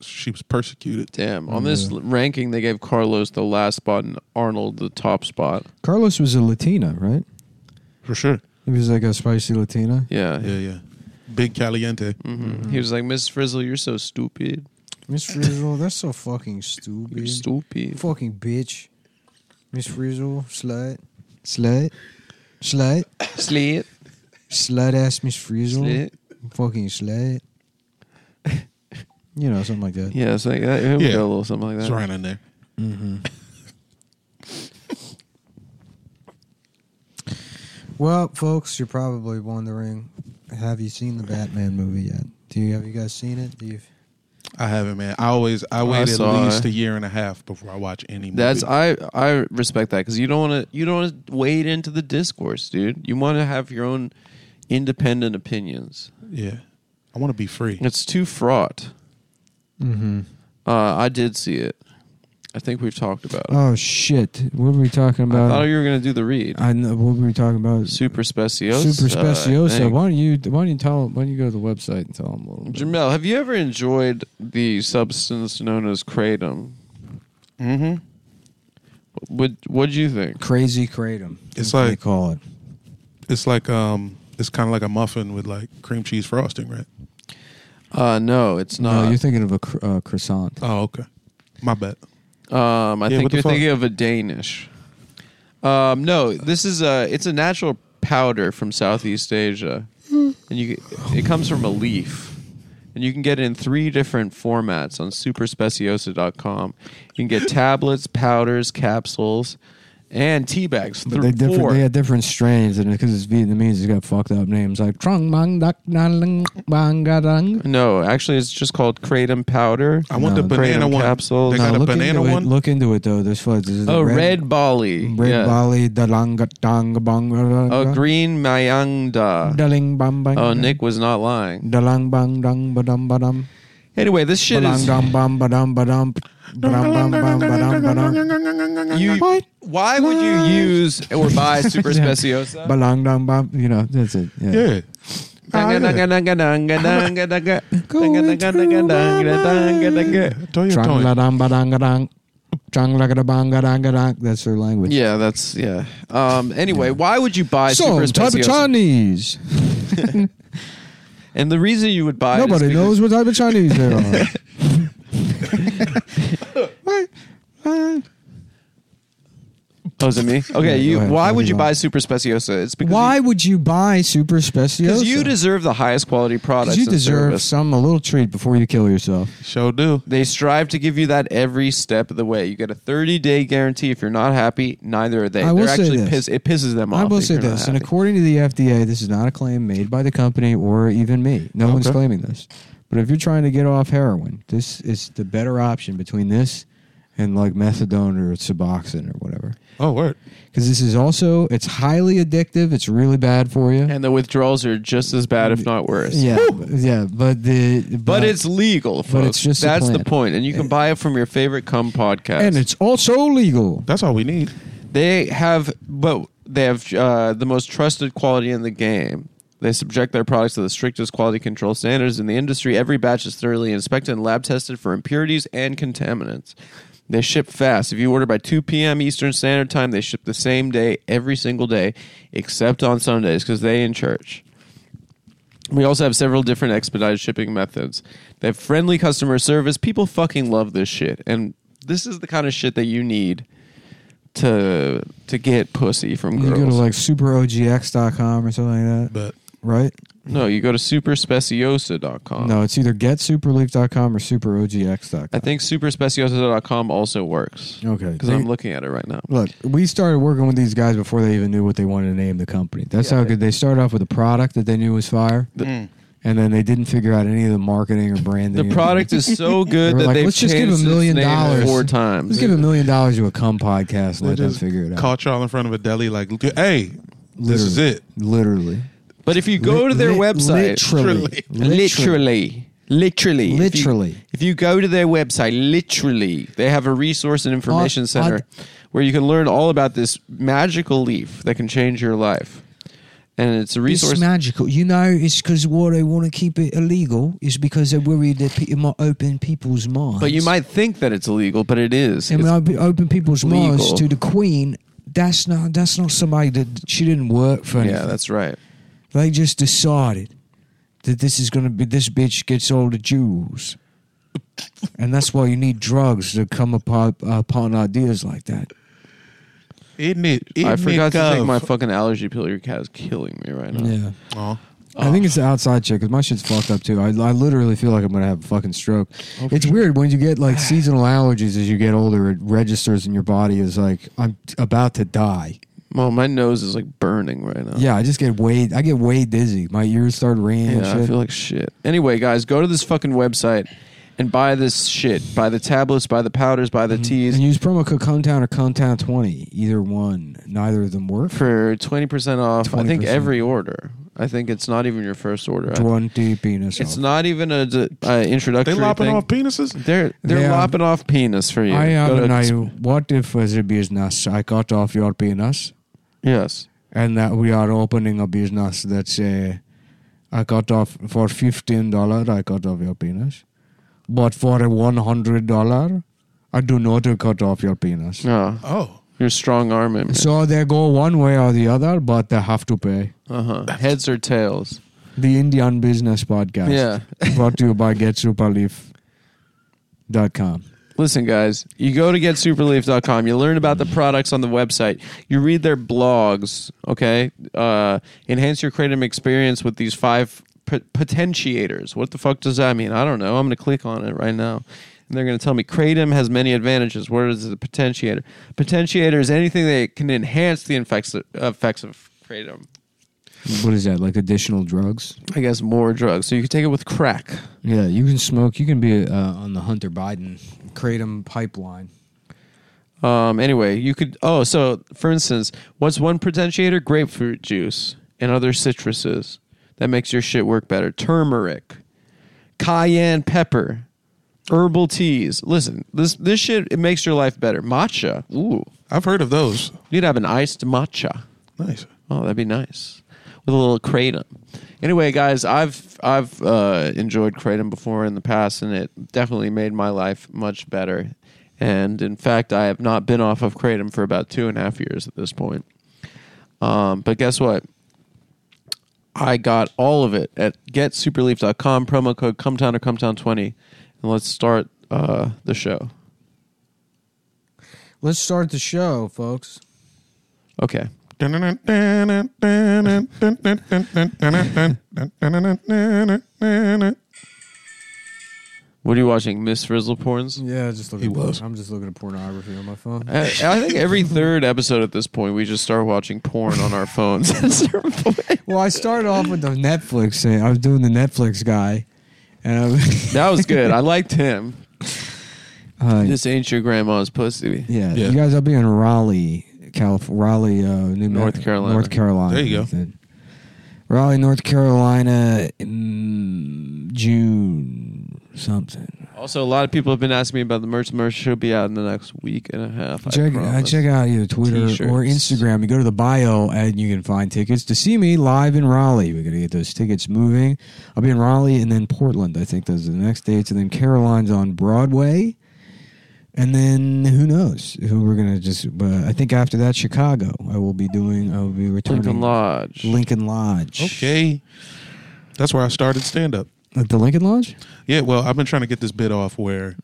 [SPEAKER 3] She was persecuted.
[SPEAKER 4] Damn. On this l- ranking, they gave Carlos the last spot and Arnold the top spot.
[SPEAKER 1] Carlos was a Latina, right?
[SPEAKER 3] For sure.
[SPEAKER 1] He was like a spicy Latina.
[SPEAKER 4] Yeah.
[SPEAKER 3] Yeah, yeah. Big caliente.
[SPEAKER 4] Mhm. He was like, Miss Frizzle, you're so stupid.
[SPEAKER 1] Miss Frizzle, that's so fucking stupid.
[SPEAKER 4] You're stupid.
[SPEAKER 1] Fucking bitch. Miss Frizzle, slut. Slut. Slut.
[SPEAKER 4] Slit.
[SPEAKER 1] Slut ass Miss Frizzle.
[SPEAKER 4] Slit.
[SPEAKER 1] Fucking slut. you know, something like that.
[SPEAKER 4] Yeah, it's like that. It would
[SPEAKER 3] Yeah.
[SPEAKER 4] go a little something like that.
[SPEAKER 3] It's right in there.
[SPEAKER 1] Well, folks, you're probably wondering have you seen the Batman movie yet? Do you have you guys seen it? Do you
[SPEAKER 3] I haven't, man. I always, I wait at
[SPEAKER 4] saw
[SPEAKER 3] least
[SPEAKER 4] it.
[SPEAKER 3] a year and a half before I watch any movie.
[SPEAKER 4] That's I I respect that because you don't want to you don't want to wade into the discourse, dude. You want to have your own independent opinions.
[SPEAKER 3] yeah. I want to be free.
[SPEAKER 4] It's too fraught.
[SPEAKER 1] Mm-hmm.
[SPEAKER 4] Uh, I did see it. I think we've talked about it.
[SPEAKER 1] Oh shit. What were we talking
[SPEAKER 4] I
[SPEAKER 1] about?
[SPEAKER 4] thought you were gonna do the read.
[SPEAKER 1] I know what were we talking about?
[SPEAKER 4] Super speciosa. Uh,
[SPEAKER 1] Super
[SPEAKER 4] I
[SPEAKER 1] Speciosa.
[SPEAKER 4] think.
[SPEAKER 1] Why don't you why don't you tell why don't you go to the website and tell them a little bit?
[SPEAKER 4] Jamel, have you ever enjoyed the substance known as kratom?
[SPEAKER 3] Mm-hmm.
[SPEAKER 4] What What do you think?
[SPEAKER 1] Crazy Kratom.
[SPEAKER 3] It's
[SPEAKER 1] That's what they
[SPEAKER 3] like-
[SPEAKER 1] call it.
[SPEAKER 3] It's like, um, it's kind of like a muffin with like cream cheese frosting, right?
[SPEAKER 4] Uh, no, it's
[SPEAKER 1] No,
[SPEAKER 4] not.
[SPEAKER 1] you're thinking of a cr- uh, croissant.
[SPEAKER 3] Oh, okay. My bad.
[SPEAKER 4] um, I
[SPEAKER 3] Yeah,
[SPEAKER 4] think
[SPEAKER 3] what the
[SPEAKER 4] you're
[SPEAKER 3] fuck?
[SPEAKER 4] thinking of a Danish. Um, no, this is a. It's a natural powder from Southeast Asia, and you. It comes from a leaf, and you can get it in three different formats on superspeciosa.com. You can get tablets, powders, capsules, and tea bags.
[SPEAKER 1] But they
[SPEAKER 4] Th-
[SPEAKER 1] different.
[SPEAKER 4] four.
[SPEAKER 1] They had different strains, and because it's Vietnamese, it's got fucked up names like Trong Mang Dak Nan Lang Bang Ga Dang.
[SPEAKER 4] no, actually, it's just called kratom powder.
[SPEAKER 3] I want
[SPEAKER 1] No.
[SPEAKER 3] the banana
[SPEAKER 4] Kratom
[SPEAKER 3] one.
[SPEAKER 4] capsules.
[SPEAKER 3] They
[SPEAKER 4] No,
[SPEAKER 3] got a
[SPEAKER 1] look
[SPEAKER 3] banana
[SPEAKER 1] into it.
[SPEAKER 3] one.
[SPEAKER 1] Look into it though. There's fuck. There's
[SPEAKER 4] Oh,
[SPEAKER 1] a
[SPEAKER 4] red, Bali.
[SPEAKER 1] red
[SPEAKER 4] yeah.
[SPEAKER 1] Bali Dalang Dang Bang.
[SPEAKER 4] Oh, green Mayangda.
[SPEAKER 1] Daling Bang Bang.
[SPEAKER 4] Oh, Nick was not lying.
[SPEAKER 1] Dalang Bang Dang Badam Badam.
[SPEAKER 4] Anyway, this shit
[SPEAKER 1] Badang
[SPEAKER 4] is.
[SPEAKER 1] Dang Bam Badam Badam. Badam Bam Bam Badam Badam.
[SPEAKER 4] You,
[SPEAKER 1] What?
[SPEAKER 4] Why would you use or buy Super Speciosa?
[SPEAKER 1] Balang Dang Bam. You know that's it. Yeah.
[SPEAKER 3] Yeah. Ah, yeah. Throw
[SPEAKER 1] Trong
[SPEAKER 3] your toy.
[SPEAKER 1] la dang badang gadang. Trong la gadabang gadang gadang. That's their language.
[SPEAKER 4] Yeah, that's yeah. Um, anyway, why would you buy
[SPEAKER 1] Some
[SPEAKER 4] Super
[SPEAKER 1] type of
[SPEAKER 4] Speciosa?
[SPEAKER 1] Chinese.
[SPEAKER 4] And the reason you would buy it is
[SPEAKER 1] Nobody
[SPEAKER 4] because-
[SPEAKER 1] knows what type of Chinese they are. What? Uh,
[SPEAKER 4] Oh, is it me? Okay,
[SPEAKER 1] Yeah, go
[SPEAKER 4] you.
[SPEAKER 1] ahead.
[SPEAKER 4] Why
[SPEAKER 1] What do
[SPEAKER 4] would
[SPEAKER 1] you
[SPEAKER 4] you
[SPEAKER 1] want?
[SPEAKER 4] buy Super Speciosa? It's because
[SPEAKER 1] Why would you buy super speciosa?
[SPEAKER 4] Because you deserve the highest quality
[SPEAKER 1] 'Cause
[SPEAKER 4] products.
[SPEAKER 1] you
[SPEAKER 4] and
[SPEAKER 1] deserve
[SPEAKER 4] service.
[SPEAKER 1] some a little treat before you kill yourself.
[SPEAKER 3] Show do.
[SPEAKER 4] They strive to give you that every step of the way. You get a 30 day guarantee. If you're not happy, neither are they.
[SPEAKER 1] I will
[SPEAKER 4] They're
[SPEAKER 1] say
[SPEAKER 4] actually
[SPEAKER 1] this.
[SPEAKER 4] piss, it pisses them off.
[SPEAKER 1] I will
[SPEAKER 4] if
[SPEAKER 1] say
[SPEAKER 4] you're not
[SPEAKER 1] this, and
[SPEAKER 4] happy.
[SPEAKER 1] according to the FDA, this is not a claim made by the company or even me. No one's
[SPEAKER 3] Okay.
[SPEAKER 1] claiming this. But if you're trying to get off heroin, this is the better option between this and like methadone or Suboxone or whatever.
[SPEAKER 3] Oh, word.
[SPEAKER 1] Because this is also it's highly addictive. It's really bad for you.
[SPEAKER 4] and the withdrawals are just as bad, if not worse.
[SPEAKER 1] yeah, yeah. But the but,
[SPEAKER 4] But it's legal, folks.
[SPEAKER 1] but it's just a
[SPEAKER 4] That's the
[SPEAKER 1] plant.
[SPEAKER 4] point. And you can buy it from your favorite cum podcast.
[SPEAKER 1] and it's also legal.
[SPEAKER 3] That's all we need.
[SPEAKER 4] They have, but they have uh, the most trusted quality in the game. They subject their products to the strictest quality control standards in the industry. Every batch is thoroughly inspected and lab tested for impurities and contaminants. They ship fast. If you order by 2 p.m. Eastern Standard Time, they ship the same day every single day, except on Sundays because they in church. We also have several different expedited shipping methods. They have friendly customer service. People fucking love this shit, and this is the kind of shit that you need to to get pussy from
[SPEAKER 1] You
[SPEAKER 4] girls.
[SPEAKER 1] go to like superogx.com or something like that,
[SPEAKER 3] But
[SPEAKER 1] right?
[SPEAKER 4] no, you go to superspeciosa.com.
[SPEAKER 1] No, it's either getsuperleaf.com or superogx.com.
[SPEAKER 4] I think superspeciosa.com also works.
[SPEAKER 1] Okay.
[SPEAKER 4] Because I'm looking at it right now.
[SPEAKER 1] Look, we started working with these guys before they even knew what they wanted to name the company. That's how good they started off with a product that they knew was fire, and then they didn't figure out any of the marketing or branding.
[SPEAKER 4] Mm. The product is so
[SPEAKER 1] They
[SPEAKER 4] good
[SPEAKER 1] were
[SPEAKER 4] that
[SPEAKER 1] like,
[SPEAKER 4] they've
[SPEAKER 1] let's just give
[SPEAKER 4] changed
[SPEAKER 1] a million
[SPEAKER 4] its name
[SPEAKER 1] dollars
[SPEAKER 4] four times.
[SPEAKER 1] Let's give a million dollars to a cum podcast and
[SPEAKER 3] they
[SPEAKER 1] let them
[SPEAKER 3] just
[SPEAKER 1] figure it out.
[SPEAKER 3] caught y'all in front of a deli like, hey, this is
[SPEAKER 1] Literally.
[SPEAKER 3] it.
[SPEAKER 1] Literally,
[SPEAKER 4] But if you go
[SPEAKER 1] Lit-
[SPEAKER 4] to their
[SPEAKER 1] lit-
[SPEAKER 4] website,
[SPEAKER 1] literally,
[SPEAKER 4] literally, literally, If you- If
[SPEAKER 1] Literally.
[SPEAKER 4] you, go to their website, literally, they have a resource and information
[SPEAKER 1] Uh,
[SPEAKER 4] center
[SPEAKER 1] I'd-
[SPEAKER 4] where you can learn all about this magical leaf that can change your life. And it's a resource.
[SPEAKER 6] It's magical. You know, it's because why they want to keep it illegal is because they're worried that pe- it might open people's minds.
[SPEAKER 4] but you might think that it's illegal, but it is.
[SPEAKER 6] And
[SPEAKER 4] It's-
[SPEAKER 6] when I be- open people's minds
[SPEAKER 4] legal.
[SPEAKER 6] to the Queen, that's not that's not somebody that she didn't work for.
[SPEAKER 4] yeah,
[SPEAKER 6] Anything.
[SPEAKER 4] that's right.
[SPEAKER 6] they just decided that this is going to be this bitch gets all the jewels, and that's why you need drugs to come upon, upon ideas like that.
[SPEAKER 3] Isn't it? Isn't
[SPEAKER 4] I forgot
[SPEAKER 3] it
[SPEAKER 4] to take
[SPEAKER 3] gov?
[SPEAKER 4] my fucking allergy pill. Your cat is killing me right now.
[SPEAKER 1] yeah.
[SPEAKER 3] Aw.
[SPEAKER 1] I think it's the outside chick because my shit's fucked up too. I, I literally feel like I'm gonna have a fucking stroke. it's weird when you get like seasonal allergies as you get older. It registers in your body as like I'm t- about to die.
[SPEAKER 4] Well, my nose is like burning right now.
[SPEAKER 1] Yeah, I just get way I get way dizzy. My ears start ringing. and
[SPEAKER 4] Yeah,
[SPEAKER 1] shit.
[SPEAKER 4] I feel like shit. Anyway, guys, go to this fucking website and buy this shit. Buy the tablets, buy the powders, buy the teas
[SPEAKER 1] And use promo code Cometown or Cometown twenty. Either one. Neither of them work.
[SPEAKER 4] for twenty percent off. I think
[SPEAKER 1] 20%.
[SPEAKER 4] every order. I think it's not even your first order. I-
[SPEAKER 1] Twenty penis.
[SPEAKER 4] It's
[SPEAKER 1] off.
[SPEAKER 4] not even a, d- uh
[SPEAKER 3] They
[SPEAKER 4] introductory.
[SPEAKER 3] lopping
[SPEAKER 4] thing.
[SPEAKER 3] off penises?
[SPEAKER 4] They're they're
[SPEAKER 1] They are-
[SPEAKER 4] lopping off penis for you.
[SPEAKER 1] I
[SPEAKER 4] Go
[SPEAKER 1] am
[SPEAKER 4] to-
[SPEAKER 1] now. What if as a business I cut off your penis?
[SPEAKER 4] Yes.
[SPEAKER 1] and that we are opening a business that's uh, I cut off for fifteen dollar I cut off your penis. But for a one hundred dollar I do not cut off your penis.
[SPEAKER 4] No.
[SPEAKER 3] Oh.
[SPEAKER 4] Your strong arm in
[SPEAKER 1] So they go one way or the other, but they have to pay.
[SPEAKER 4] Uh huh. Heads Uh-huh. or tails.
[SPEAKER 6] The Indian Business Podcast.
[SPEAKER 4] Yeah.
[SPEAKER 6] Brought to you by GetSuperleaf.com.
[SPEAKER 4] Listen, guys, you go to getsuperleaf.com. You learn about the products on the website. You read their blogs, okay? Uh, enhance your creative experience with these five p- potentiators. What the fuck does that mean? I don't know. I'm going to click on it right now. And they're going to tell me Kratom has many advantages. What is the potentiator? Potentiator is anything that can enhance the effects of, effects of Kratom.
[SPEAKER 6] What is that? Like additional drugs?
[SPEAKER 4] I guess more drugs. So you can take it with crack.
[SPEAKER 6] Yeah, you can smoke. You can be uh, on the Hunter Biden Kratom pipeline.
[SPEAKER 4] Um, anyway, you could. Oh, so for instance, what's one potentiator? Grapefruit juice and other citruses. That makes your shit work better. Turmeric, cayenne pepper, herbal teas. Listen, this this shit it makes your life better. Matcha. Ooh,
[SPEAKER 3] I've heard of those.
[SPEAKER 4] you would have an iced matcha.
[SPEAKER 3] Nice.
[SPEAKER 4] Oh, that'd be nice with a little kratom. Anyway, guys, I've I've uh, enjoyed kratom before in the past, and it definitely made my life much better. And in fact, I have not been off of kratom for about two and a half years at this point. Um, but guess what? I got all of it at getsuperleaf.com. Promo code cometown or cometown20, and let's start uh, the show.
[SPEAKER 1] Let's start the show, folks.
[SPEAKER 4] Okay. What are you watching? Miss Frizzle porns?
[SPEAKER 1] Yeah, just looking.
[SPEAKER 3] He was.
[SPEAKER 1] I'm just looking at pornography on my phone.
[SPEAKER 4] I, I think every third episode at this point, we just start watching porn on our phones. At a certain point.
[SPEAKER 1] Well, I started off with the Netflix thing. I was doing the Netflix guy, and
[SPEAKER 4] That was good. I liked him.
[SPEAKER 1] I, uh,
[SPEAKER 4] This ain't your grandma's pussy.
[SPEAKER 1] yeah,
[SPEAKER 3] Yeah.
[SPEAKER 1] you guys, I'll be in Raleigh, Calif- Raleigh, uh, New Me-
[SPEAKER 4] North Carolina.
[SPEAKER 1] North Carolina.
[SPEAKER 3] There you go.
[SPEAKER 1] I think. Raleigh, North Carolina, in June something.
[SPEAKER 4] Also, a lot of people have been asking me about the merch. Merch should be out in the next week and a half. I
[SPEAKER 1] Check, uh,
[SPEAKER 4] promise.
[SPEAKER 1] check out either Twitter or
[SPEAKER 4] T-shirts.
[SPEAKER 1] Instagram. You go to the bio and you can find tickets to see me live in Raleigh. We're gonna get those tickets moving. I'll be in Raleigh and then Portland. I think those are the next dates, and then Caroline's on Broadway. And then who knows who we're gonna just? But I think after that, Chicago. I will be doing. I will be returning.
[SPEAKER 4] Lincoln Lodge.
[SPEAKER 1] Lincoln Lodge.
[SPEAKER 3] Okay. That's where I started stand up.
[SPEAKER 1] At the Lincoln Lodge? Mm-hmm.
[SPEAKER 3] Yeah, well, I've been trying to get this bit off where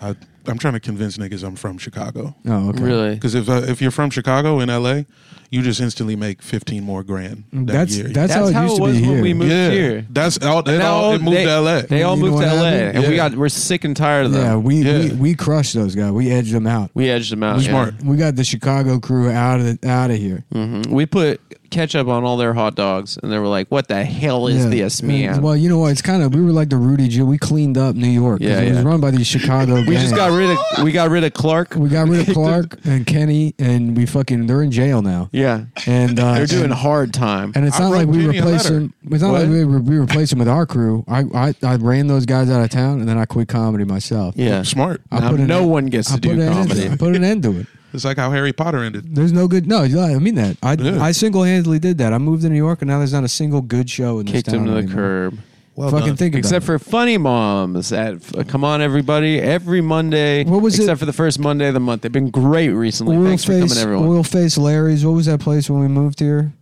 [SPEAKER 3] I, I'm trying to convince niggas I'm from Chicago.
[SPEAKER 1] Oh, okay.
[SPEAKER 4] Really?
[SPEAKER 3] Because if uh, if you're from Chicago in LA, you just instantly make 15 more grand. That
[SPEAKER 1] That's
[SPEAKER 3] year.
[SPEAKER 1] that's, how it used to
[SPEAKER 4] was
[SPEAKER 1] be
[SPEAKER 4] when
[SPEAKER 1] here.
[SPEAKER 4] we moved
[SPEAKER 3] yeah.
[SPEAKER 4] here.
[SPEAKER 3] That's all. It
[SPEAKER 4] Now
[SPEAKER 3] all it moved
[SPEAKER 4] they,
[SPEAKER 3] to LA.
[SPEAKER 4] They all
[SPEAKER 1] You know
[SPEAKER 4] moved
[SPEAKER 1] what
[SPEAKER 4] to LA,
[SPEAKER 1] happened?
[SPEAKER 4] and we
[SPEAKER 3] Yeah.
[SPEAKER 4] got we're sick and tired of them.
[SPEAKER 1] yeah, we, we
[SPEAKER 3] Yeah.
[SPEAKER 1] we crushed those guys. We edged them out.
[SPEAKER 4] we edged them out.
[SPEAKER 3] We're
[SPEAKER 4] yeah.
[SPEAKER 3] smart.
[SPEAKER 1] We got the Chicago crew out of out of here.
[SPEAKER 4] Mhm. We put ketchup on all their hot dogs, and they were like, "What the E hell is
[SPEAKER 1] Yeah.
[SPEAKER 4] this, man?"
[SPEAKER 1] Well, you know what? It's kind of we were like the Rudy Jew. We cleaned up New York. 'cause
[SPEAKER 4] Yeah,
[SPEAKER 1] it was
[SPEAKER 4] yeah.
[SPEAKER 1] run by these Chicago.
[SPEAKER 4] we just got rid of we got rid of Clark.
[SPEAKER 1] we got rid of Clark and Kenny, and we fucking they're in jail now.
[SPEAKER 4] Yeah.
[SPEAKER 1] And uh,
[SPEAKER 4] They're doing
[SPEAKER 1] and,
[SPEAKER 4] hard time.
[SPEAKER 1] and it's
[SPEAKER 3] I
[SPEAKER 1] not
[SPEAKER 3] wrote
[SPEAKER 1] like we
[SPEAKER 3] Jenny a
[SPEAKER 1] replace
[SPEAKER 3] letter.
[SPEAKER 1] them. It's not like
[SPEAKER 4] What?
[SPEAKER 1] we, re- we replace them with our crew. I, I I ran those guys out of town, and then I quit comedy myself.
[SPEAKER 4] yeah.
[SPEAKER 3] Smart.
[SPEAKER 1] I
[SPEAKER 4] Now
[SPEAKER 1] put an
[SPEAKER 4] no
[SPEAKER 1] end-
[SPEAKER 4] one gets to
[SPEAKER 1] I put
[SPEAKER 4] do
[SPEAKER 1] an end
[SPEAKER 4] comedy.
[SPEAKER 1] it. I put an end to it.
[SPEAKER 3] It's like how Harry Potter ended.
[SPEAKER 1] There's no good. No, I mean that. I
[SPEAKER 3] Yeah.
[SPEAKER 1] I single handedly did that. I moved to New York, and now there's not a single good show in this
[SPEAKER 4] Kicked him
[SPEAKER 1] town
[SPEAKER 4] to the
[SPEAKER 1] anymore.
[SPEAKER 4] curb.
[SPEAKER 3] Well
[SPEAKER 1] Fucking
[SPEAKER 3] done.
[SPEAKER 1] think about
[SPEAKER 4] Except
[SPEAKER 1] it.
[SPEAKER 4] for Funny Moms at f- Come On Everybody every Monday.
[SPEAKER 1] What was it-
[SPEAKER 4] except for the first Monday of the month. They've been great recently. Thanks for coming, everyone.
[SPEAKER 1] Oilface Larry's. What was that place when we moved here?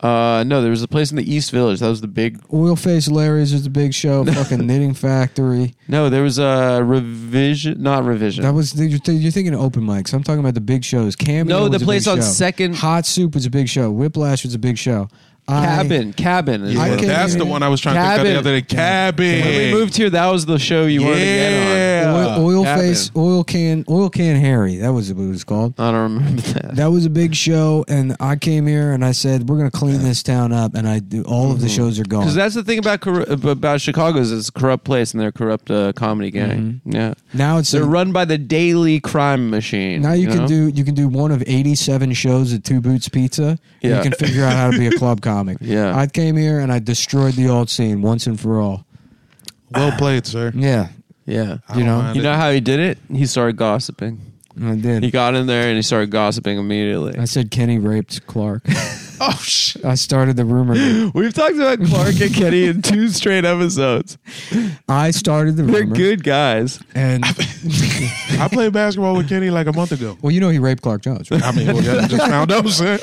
[SPEAKER 4] Uh, no, there was a place in the East Village. That was the big.
[SPEAKER 1] Oilface Larry's was a big show. Fucking Knitting Factory.
[SPEAKER 4] No, there was a revision. Not revision.
[SPEAKER 1] That was you're, th- you're thinking of open mics. I'm talking about the big shows. Cameo.
[SPEAKER 4] No,
[SPEAKER 1] was
[SPEAKER 4] the
[SPEAKER 1] a big
[SPEAKER 4] place on
[SPEAKER 1] show.
[SPEAKER 4] Second-
[SPEAKER 1] Hot Soup was a big show. Whiplash was a big show. I-
[SPEAKER 4] cabin. cabin. Is
[SPEAKER 3] Yeah,
[SPEAKER 1] I
[SPEAKER 4] what it-
[SPEAKER 1] can't
[SPEAKER 3] that's the
[SPEAKER 1] even-
[SPEAKER 3] one I was trying to think of the other day. Cabin.
[SPEAKER 4] when we moved here, that was the show you wanted to get on.
[SPEAKER 3] Yeah.
[SPEAKER 1] Oil, oil
[SPEAKER 4] Cabin.
[SPEAKER 1] face, oil can, oil can Harry. That was what it was called.
[SPEAKER 4] I don't remember that.
[SPEAKER 1] That was a big show, and I came here and I said, "We're gonna clean this town up." And I do, all
[SPEAKER 4] Mm-hmm.
[SPEAKER 1] of the shows are gone.
[SPEAKER 4] Because that's the thing about corru- about Chicago is it's a corrupt place and they're a corrupt uh, comedy gang.
[SPEAKER 1] Mm-hmm.
[SPEAKER 4] Yeah,
[SPEAKER 1] now it's
[SPEAKER 4] they're
[SPEAKER 1] a-
[SPEAKER 4] run by the daily crime machine.
[SPEAKER 1] Now you, can
[SPEAKER 4] know?
[SPEAKER 1] do you can do one of eighty seven shows at Two Boots Pizza. and
[SPEAKER 4] Yeah.
[SPEAKER 1] You can figure out how to be a club comic.
[SPEAKER 4] Yeah.
[SPEAKER 1] I came here and I destroyed the old scene once and for all.
[SPEAKER 3] Well played, sir.
[SPEAKER 1] Yeah.
[SPEAKER 4] Yeah,
[SPEAKER 3] don't
[SPEAKER 1] You know.
[SPEAKER 3] mind
[SPEAKER 4] you know how he did it? He started gossiping.
[SPEAKER 1] I
[SPEAKER 4] He
[SPEAKER 1] did.
[SPEAKER 4] got in there and he started gossiping immediately.
[SPEAKER 1] I said Kenny raped Clark.
[SPEAKER 3] Oh shit!
[SPEAKER 1] I started the rumor. mill.
[SPEAKER 4] We've talked about Clark and Kenny in two straight episodes.
[SPEAKER 1] I started the
[SPEAKER 4] They're
[SPEAKER 1] rumor.
[SPEAKER 4] good guys.
[SPEAKER 1] And
[SPEAKER 3] I played basketball with Kenny like a month ago.
[SPEAKER 1] well, you know he raped Clark Judge. Right?
[SPEAKER 3] I mean, well, I just found out, sir.